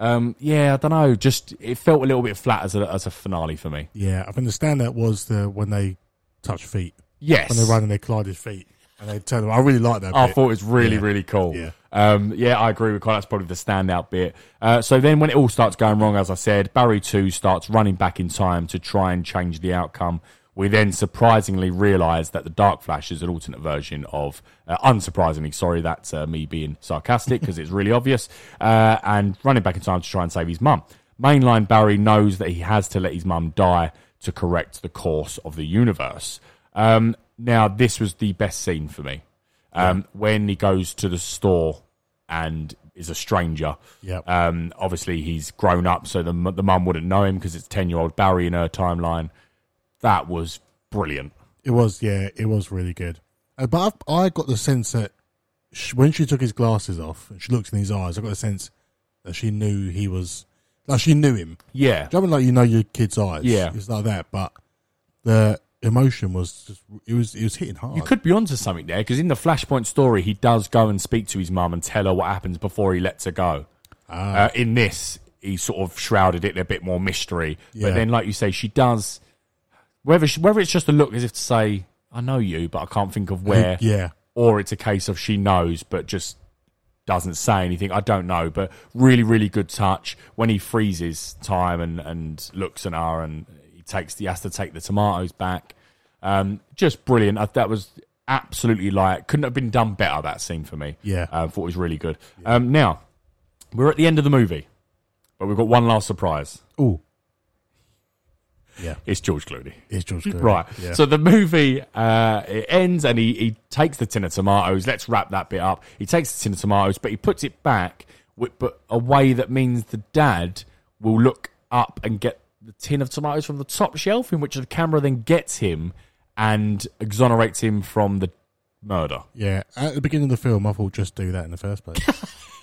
Um, yeah, I don't know. Just it felt a little bit flat as a as a finale for me. Yeah, I think the standout was the when they touch feet. Yes, When they're running, they collide his feet and they turn them. I really like that. I bit. thought it was really, really cool. Yeah. Um, yeah, I agree with Kyle. That's probably the standout bit. Uh, so then when it all starts going wrong, as I said, Barry 2 starts running back in time to try and change the outcome. We then surprisingly realised that the Dark Flash is an alternate version of, uh, unsurprisingly, sorry, that's uh, me being sarcastic because it's really obvious, uh, and running back in time to try and save his mum. Mainline Barry knows that he has to let his mum die to correct the course of the universe. Um, now, this was the best scene for me um, when he goes to the store and is a stranger. Yep. Um, obviously, he's grown up, so the mu- the mum wouldn't know him because it's ten year old Barry in her timeline. That was brilliant. It was, yeah, it was really good. Uh, But I've, I got the sense that sh when she took his glasses off and she looked in his eyes, I got the sense that she knew he was, like she knew him. Yeah, Do you know what I mean? Like you know your kid's eyes. Yeah. it's like that. But the emotion was just, it was it was hitting hard. you could be onto something there because in the Flashpoint story, he does go and speak to his mum and tell her what happens before he lets her go. Ah. Uh, in this, he sort of shrouded it in a bit more mystery. Yeah. But then, like you say, she does. Whether she, whether it's just a look as if to say, "I know you," but I can't think of where. yeah, or it's a case of she knows but just doesn't say anything. I don't know, but really, really good touch when he freezes time and and looks at her and he takes he has to take the tomatoes back. Um, just brilliant. I, that was absolutely like couldn't have been done better. That scene for me. Yeah. uh, thought it was really good. Um, now we're at the end of the movie, but we've got one last surprise. oh, yeah. It's George Clooney. It's George Clooney. Right. Yeah. So the movie uh, it ends, and he, he takes the tin of tomatoes. Let's wrap that bit up. He takes the tin of tomatoes, but he puts it back, with, but a way that means the dad will look up and get the tin of tomatoes from the top shelf, in which the camera then gets him and exonerates him from the murder. yeah. At the beginning of the film, I thought just do that in the first place.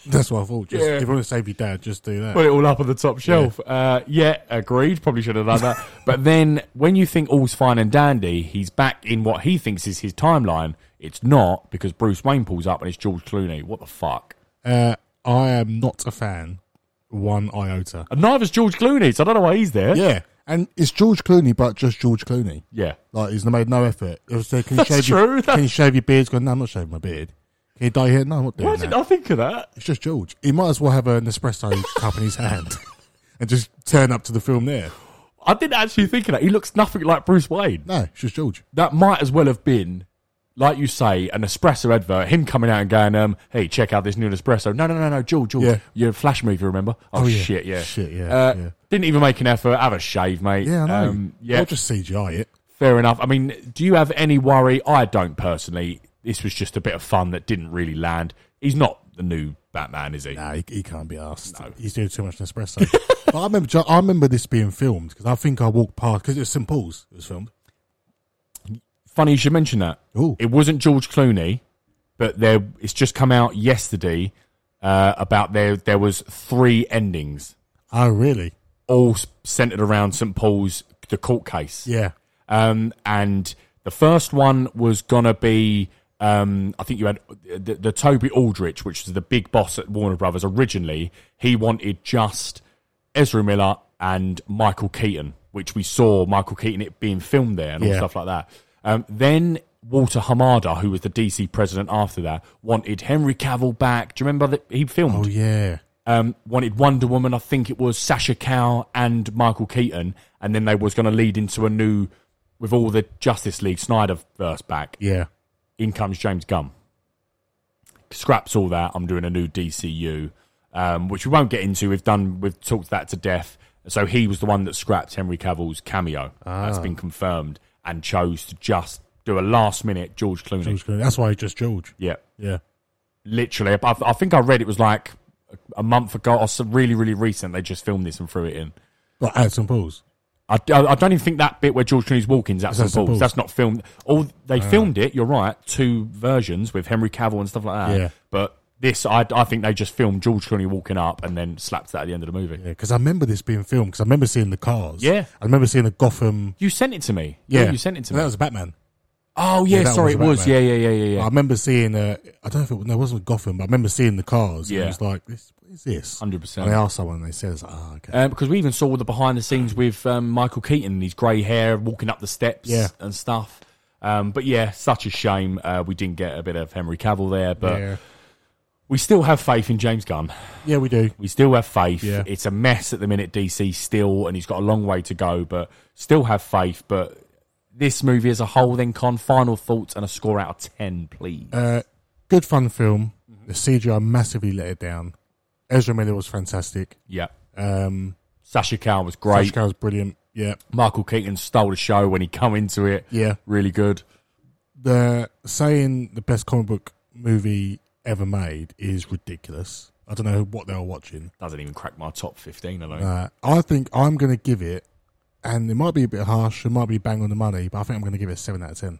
That's what I thought. Just Yeah. if you want to save your dad, just do that. Put it all up on the top shelf. Yeah, uh, yeah agreed. Probably should have done that. but then when you think all's fine and dandy, he's back in what he thinks is his timeline. It's not because Bruce Wayne pulls up and it's George Clooney. What the fuck? Uh, I am not a fan. One iota. And neither's George Clooney, so I don't know why he's there. Yeah, and it's George Clooney, but just George Clooney. Yeah. Like he's made no effort. It was like, can you That's shave your, true. Can you shave your beard? He's gone, no, I'm not shaving my beard. Can you dye your hair? No, I'm not doing Why that. didn't I think of that? It's just George. He might as well have an espresso cup in his hand and just turn up to the film there. I didn't actually think of that. He looks nothing like Bruce Wayne. No, it's just George. That might as well have been, like you say, an espresso advert. Him coming out and going, um, "Hey, check out this new Nespresso." No, no, no, no, George, George, Yeah. you're a flash movie, remember? Oh, Oh, yeah. shit, yeah, Shit, yeah, Uh, yeah. Didn't even make an effort. Have a shave, mate. Yeah, I know. Um, yeah, Or just CGI it. fair enough. I mean, do you have any worry? I don't personally. This was just a bit of fun that didn't really land. He's not the new Batman, is he? Nah, he, he can't be asked. He's doing too much Nespresso. but I remember, ju- I remember this being filmed because I think I walked past because it was St Paul's. It was filmed. Funny you should mention that. Ooh. It wasn't George Clooney, but there. It's just come out yesterday uh, about there. There was three endings. Oh, really? all s- centered around St Paul's the court case. Yeah. Um, and the first one was gonna be, um, I think you had the, the Toby Aldrich, which was the big boss at Warner Brothers originally. He wanted just Ezra Miller and Michael Keaton, which we saw Michael Keaton it being filmed there and all Yeah. stuff like that. Um, then Walter Hamada, who was the DC president after that, wanted Henry Cavill back. Do you remember that he filmed? Oh, yeah. um, wanted Wonder Woman. I think it was Sasha Cow and Michael Keaton, and then they was going to lead into a new with all the Justice League Snyder verse back. Yeah. In comes James Gunn, scraps all that. I'm doing a new DCU, um, which we won't get into. We've done we've talked that to death. So he was the one that scrapped Henry Cavill's cameo. That's been confirmed and chose to just do a last minute George Clooney. George Clooney. That's why he's just George. Yeah Yeah. literally. I, I think I read it was like a month ago or so, really, really recent. They just filmed this and threw it in. Like at St Paul's. I, I- I don't even think that bit where George Clooney's walking is at St St. Paul's. Paul's. Oh, That's not filmed. All they filmed it. You're right. Two versions with Henry Cavill and stuff like that. Yeah. But this, I, I think they just filmed George Clooney walking up and then slapped that at the end of the movie. Yeah, because I remember this being filmed because I remember seeing the cars. Yeah. I remember seeing the Gotham. You sent it to me. Yeah, you sent it to And me. That was Batman. oh yeah, Yeah, that sorry, was Oh, it was. Batman. Yeah, yeah, yeah, yeah, I yeah. remember seeing. Uh, I don't know if it, no, it wasn't Gotham, but I remember seeing the cars. and Yeah. it was like this. What is this? 100%. And I asked someone, and they said, "Ah, okay." Um, because we even saw the behind the scenes with um, Michael Keaton, his grey hair, walking up the steps Yeah. and stuff. Um, but yeah, such a shame uh, we didn't get a bit of Henry Cavill there. But yeah. we still have faith in James Gunn. yeah, we do. We still have faith. Yeah. It's a mess at the minute, DC still, and he's got a long way to go. But still have faith. But this movie as a whole, then Con, final thoughts and a score out of 10, please. Uh, Good fun film. The CGI massively let it down. Ezra Miller was fantastic. yeah. Um, Sasha Cow was Josh great. Carroll's brilliant. Yeah. Michael Keaton stole the show when he come into it. Yeah. Really good. The saying the best comic book movie ever made is ridiculous. I don't know what they were watching. Doesn't even crack my top 15, I know. Uh, I think I'm going to give it, and it might be a bit harsh, it might be bang on the money, but I think I'm going to give it a 7 out of 10.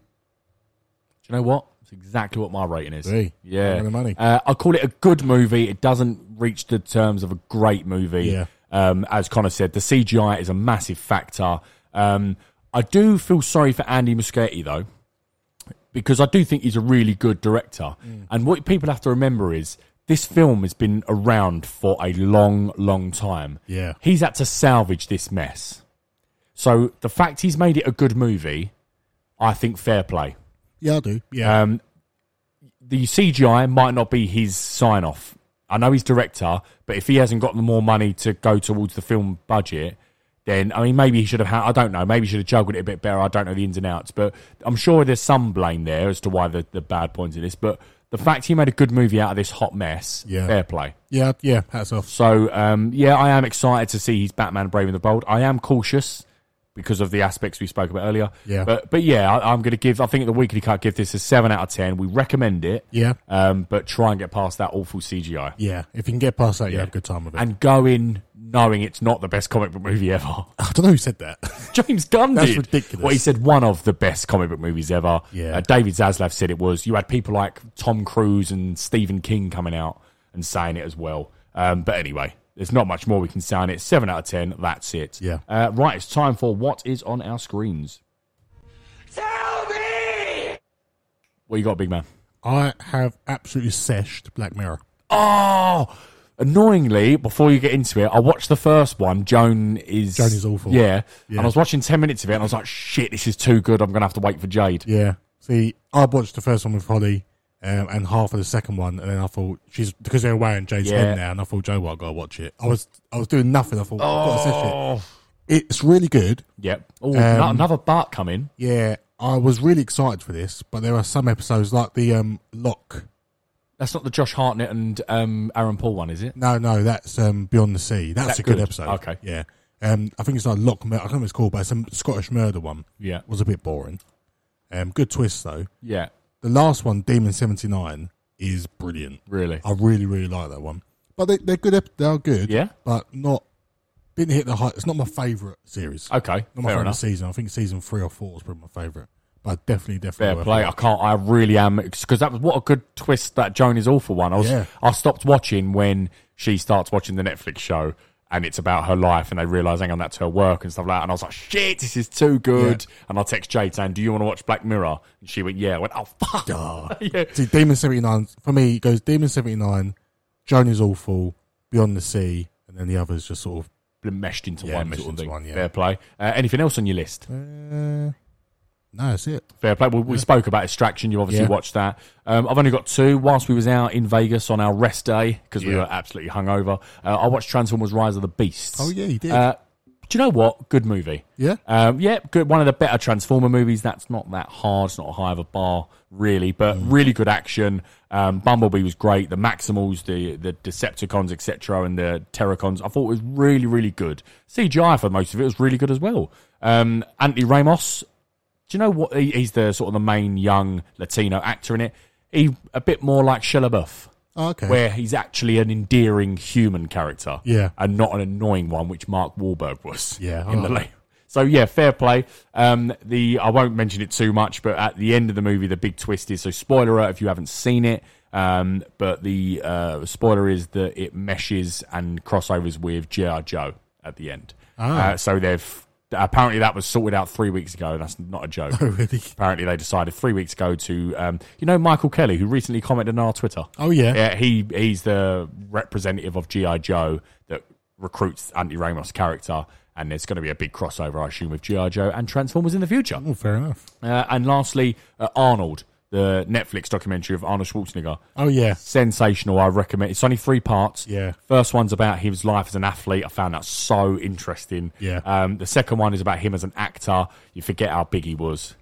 Do you know what? It's exactly what my rating is. Really? Yeah. Bang on the money. Uh, I call it a good movie. It doesn't reach the terms of a great movie. Yeah. Um, as Connor said, the CGI is a massive factor. Um, I do feel sorry for Andy Muschietti though, because I do think he's a really good director. Mm. And what people have to remember is this film has been around for a long, long time. Yeah. He's had to salvage this mess. So the fact he's made it a good movie, I think fair play Yeah, I do. Yeah. Um, the CGI might not be his sign off. I know he's director, but if he hasn't got more money to go towards the film budget, then I mean maybe he should have had I don't know, maybe he should have juggled it a bit better. I don't know the ins and outs, but I'm sure there's some blame there as to why the, the bad points of this, but the fact he made a good movie out of this hot mess, Yeah. fair play. yeah, yeah, hats off. So um, yeah, I am excited to see his Batman Brave and the Bold. I am cautious because of the aspects we spoke about earlier. Yeah. But but yeah, I, I'm going to give. I think the weekly cut give this a seven out of ten. We recommend it. Yeah. Um, but try and get past that awful CGI Yeah, if you can get past that, you have a good time with it. and go in knowing it's not the best comic book movie ever. I don't know who said that. James Gunn That's did. ridiculous. Well, he said one of the best comic book movies ever. Yeah. Uh, David Zaslav said it was. You had people like Tom Cruise and Stephen King coming out and saying it as well. Um, but anyway, there's not much more we can say on it. Seven out of ten. That's it. Yeah. Uh, right. It's time for what is on our screens. Tell me. What you got, big man? I have absolutely seshed Black Mirror. Oh, annoyingly, before you get into it, I watched the first one. Joan is Joan is awful. Yeah, and Yeah. I was watching ten minutes of it, and I was like, "Shit, this is too good. I'm gonna have to wait for Jade." Yeah. See, I watched the first one with Holly um, and half of the second one, and then I thought she's because they're away and Jade's Yeah. in there, and I thought Joe, well, I gotta watch it. I was I was doing nothing. I thought, I've Oh. gotta sesh it. It's really good. Yep. Oh, ano- Um, another Bart coming. Yeah, I was really excited for this, but there are some episodes like the um, lock. That's not the Josh Hartnett and um, Aaron Paul one, is it? No, no, that's um, Beyond the Sea. That's that a good, good? episode. Okay. Yeah. Um, I think it's like Lock. Mur- I can't remember what it's called, but it's some Scottish murder one. Yeah. was a bit boring. Um, good twist though. Yeah. The last one, Demon Seventy Nine, is brilliant. Really? I really, really like that one. But they, they're good. ep- They are good. Yeah. But not didn't hit the height. It's not my favorite series. Okay. Not my Fair favorite enough. season. I think season three or four is probably my favorite. But definitely, definitely Fair worth play. it. I can't. I really am because that was what a good twist that Joan is awful one. I was. Yeah. I stopped watching when she starts watching the Netflix show and it's about her life and they realise hang on that's her work and stuff like that. And I was like, shit, this is too good. And I text Jade saying, do you want to watch Black Mirror? And she went, yeah. I went, oh fuck. yeah. See, Demon Seventy Nine for me it goes Demon Seventy Nine, Joan is awful, Beyond the Sea, and then the others just sort of Meshed into Yeah, one meshed sort of into thing. one, yeah. Fair play. Uh, anything else on your list? no, eh, that's it. Fair play. We, we spoke about Extraction. You obviously Yeah. watched that. Um, I've only got two. Whilst we was out in Vegas on our rest day because we Yeah. were absolutely hungover, uh, I watched Transformers: Rise of the Beasts. Oh, yeah, you did. Uh, do you know what? Good movie. Yeah? Um, yeah. Good. One of the better Transformer movies. That's not that hard. It's not high of a bar really, but really good action. Um, Bumblebee was great. The Maximals, the the Decepticons, etc., and the Terracons. I thought it was really really good. CGI for most of it was really good as well. Um, Anthony Ramos do you know what he, he's the sort of the main young Latino actor in it? He a bit more like Shia LaBeouf, Oh, okay. where he's actually an endearing human character, Yeah. and not an annoying one, which Mark Wahlberg was, Yeah, in the oh. late. So yeah, fair play. Um, the I won't mention it too much, but at the end of the movie, the big twist is so spoiler alert if you haven't seen it. Um, but the uh, spoiler is that it meshes and crossovers with GI Joe at the end. Ah. Uh, so they've apparently that was sorted out three weeks ago, and that's not a joke. Oh, really? Apparently, they decided three weeks ago to, um, you know, Michael Kelly, who recently commented on our Twitter. Oh, yeah. yeah. He he's the representative of GI Joe that recruits Andy Ramos' character, and there's going to be a big Mm. crossover, I assume, with GI Joe and Transformers in the future. Oh, fair enough. Uh, and lastly, uh, Arnold. the Netflix documentary of Arnold Schwarzenegger. Oh yeah, Sensational, I recommend. It's only three parts. Yeah. First one's about his life as an athlete. I found that so interesting. Yeah. Um, the second one is about him as an actor. You forget how big he was.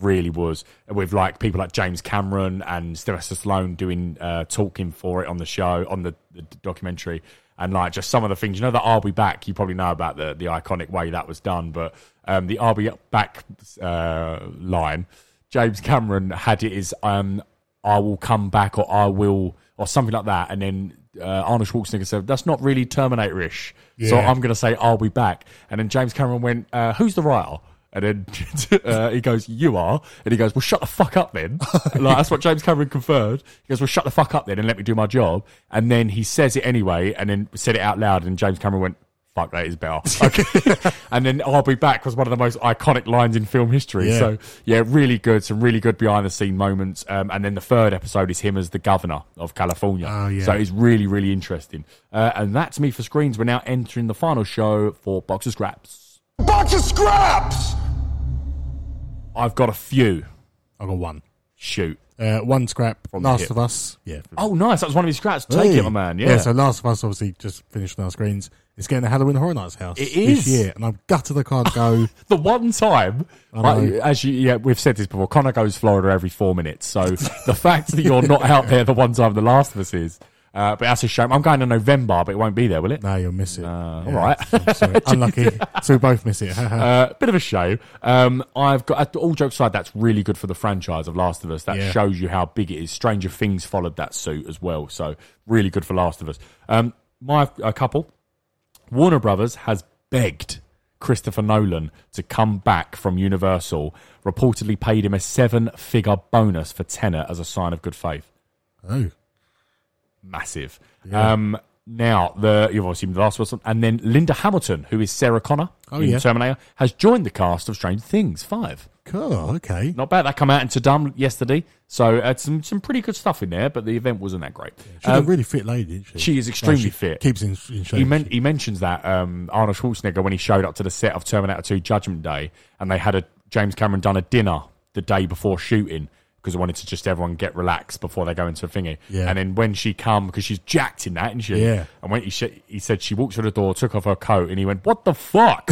Really was. With like people like James Cameron and Sylvester Stallone doing uh, talking for it on the show, on the, the documentary. And like just some of the things, you know, that I'll Be Back, you probably know about the, the iconic way that was done, but um, the I'll Be Back uh, line, James Cameron had it as um, I will come back or I will or something like that. And then uh, Arnold Schwarzenegger said, "That's not really Terminator-ish." So Yeah. I'm going to say I'll be back. And then James Cameron went, uh, "Who's the writer?" And then uh, he goes, "You are." And he goes, "Well, shut the fuck up then." like that's what James Cameron conferred. He goes, "Well, shut the fuck up then, and let me do my job." And then he says it anyway, and then said it out loud. And James Cameron went. Fuck, that is better. Okay. and then I'll be back was one of the most iconic lines in film history. Yeah. So yeah, really good. Some really good behind the scene moments. Um, and then the third episode is him as the governor of California. Oh, yeah. So it's really, really interesting. Uh, and that's me for screens. We're now entering the final show for Box of Scraps. Box of scraps! I've got a few. I got one. Shoot. Uh, one scrap. From the Last hip. of Us. Yeah. Oh, nice. That was one of his scraps. Take Hey. it, my man. Yeah. So Last of Us obviously just finished on our screens. It's getting a Halloween Horror Nights house. It is. this year, and I'm gutted I can't go. the one time, know. like, as you, yeah, we've said this before, Connor goes Florida every four minutes. So the fact that you're not out there the one time The Last of Us is, uh, but that's a shame. I'm going to November, but it won't be there, will it? no, you'll miss it. all right. I'm sorry. Unlucky. so we both miss it. Uh, bit of a show. Um, I've got all jokes aside. That's really good for the franchise of Last of Us. That Yeah. shows you how big it is. Stranger Things followed that suit as well, so really good for Last of Us. Um, my a couple. Warner Brothers has begged Christopher Nolan to come back from Universal. Reportedly paid him a seven-figure bonus for Tenet as a sign of good faith oh. massive. Um, now the you've obviously seen the last one, and then Linda Hamilton, who is Sarah Connor Oh, in yeah. Terminator, has joined the cast of Stranger Things Five. Cool. Okay. Not bad. That come out in Saddam yesterday, so uh, some some pretty good stuff in there. But the event wasn't that great. She's a really fit lady, isn't she? Um, she is extremely she fit. Keeps in, in shape. He, men- he mentions that um, Arnold Schwarzenegger when he showed up to the set of Terminator 2 Judgment Day, and they had a James Cameron done a dinner the day before shooting because he wanted to just everyone get relaxed before they go into a thingy. Yeah. And then when she come because she's jacked in that, isn't she? Yeah. And when he sh- he said she walked through the door, took off her coat, and he went, "What the fuck?"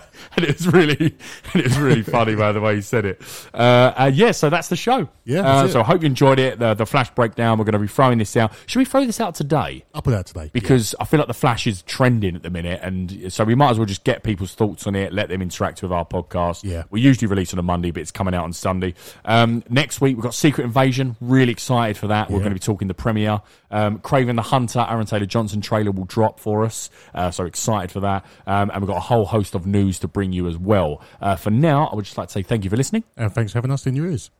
and it was really, and it was really funny by the way he said it. Uh, uh, yeah, so that's the show. Yeah, Uh, that's it. so I hope you enjoyed it. The, the flash breakdown. We're going to be throwing this out. Should we throw this out today? I'll put that today. because I feel like the Flash is trending at the minute, and so we might as well just get people's thoughts on it, let them interact with our podcast. Yeah. we usually release on a Monday, but it's coming out on Sunday. Um, next week we've got Secret Invasion. Really excited for that. We're Yeah. going to be talking the premiere. Um, Craven the Hunter, Aaron Taylor Johnson trailer will drop for us, uh, so excited for that. Um, and we've got a whole host of news to bring you as well. Uh, for now, I would just like to say thank you for listening. And thanks for having us in your ears.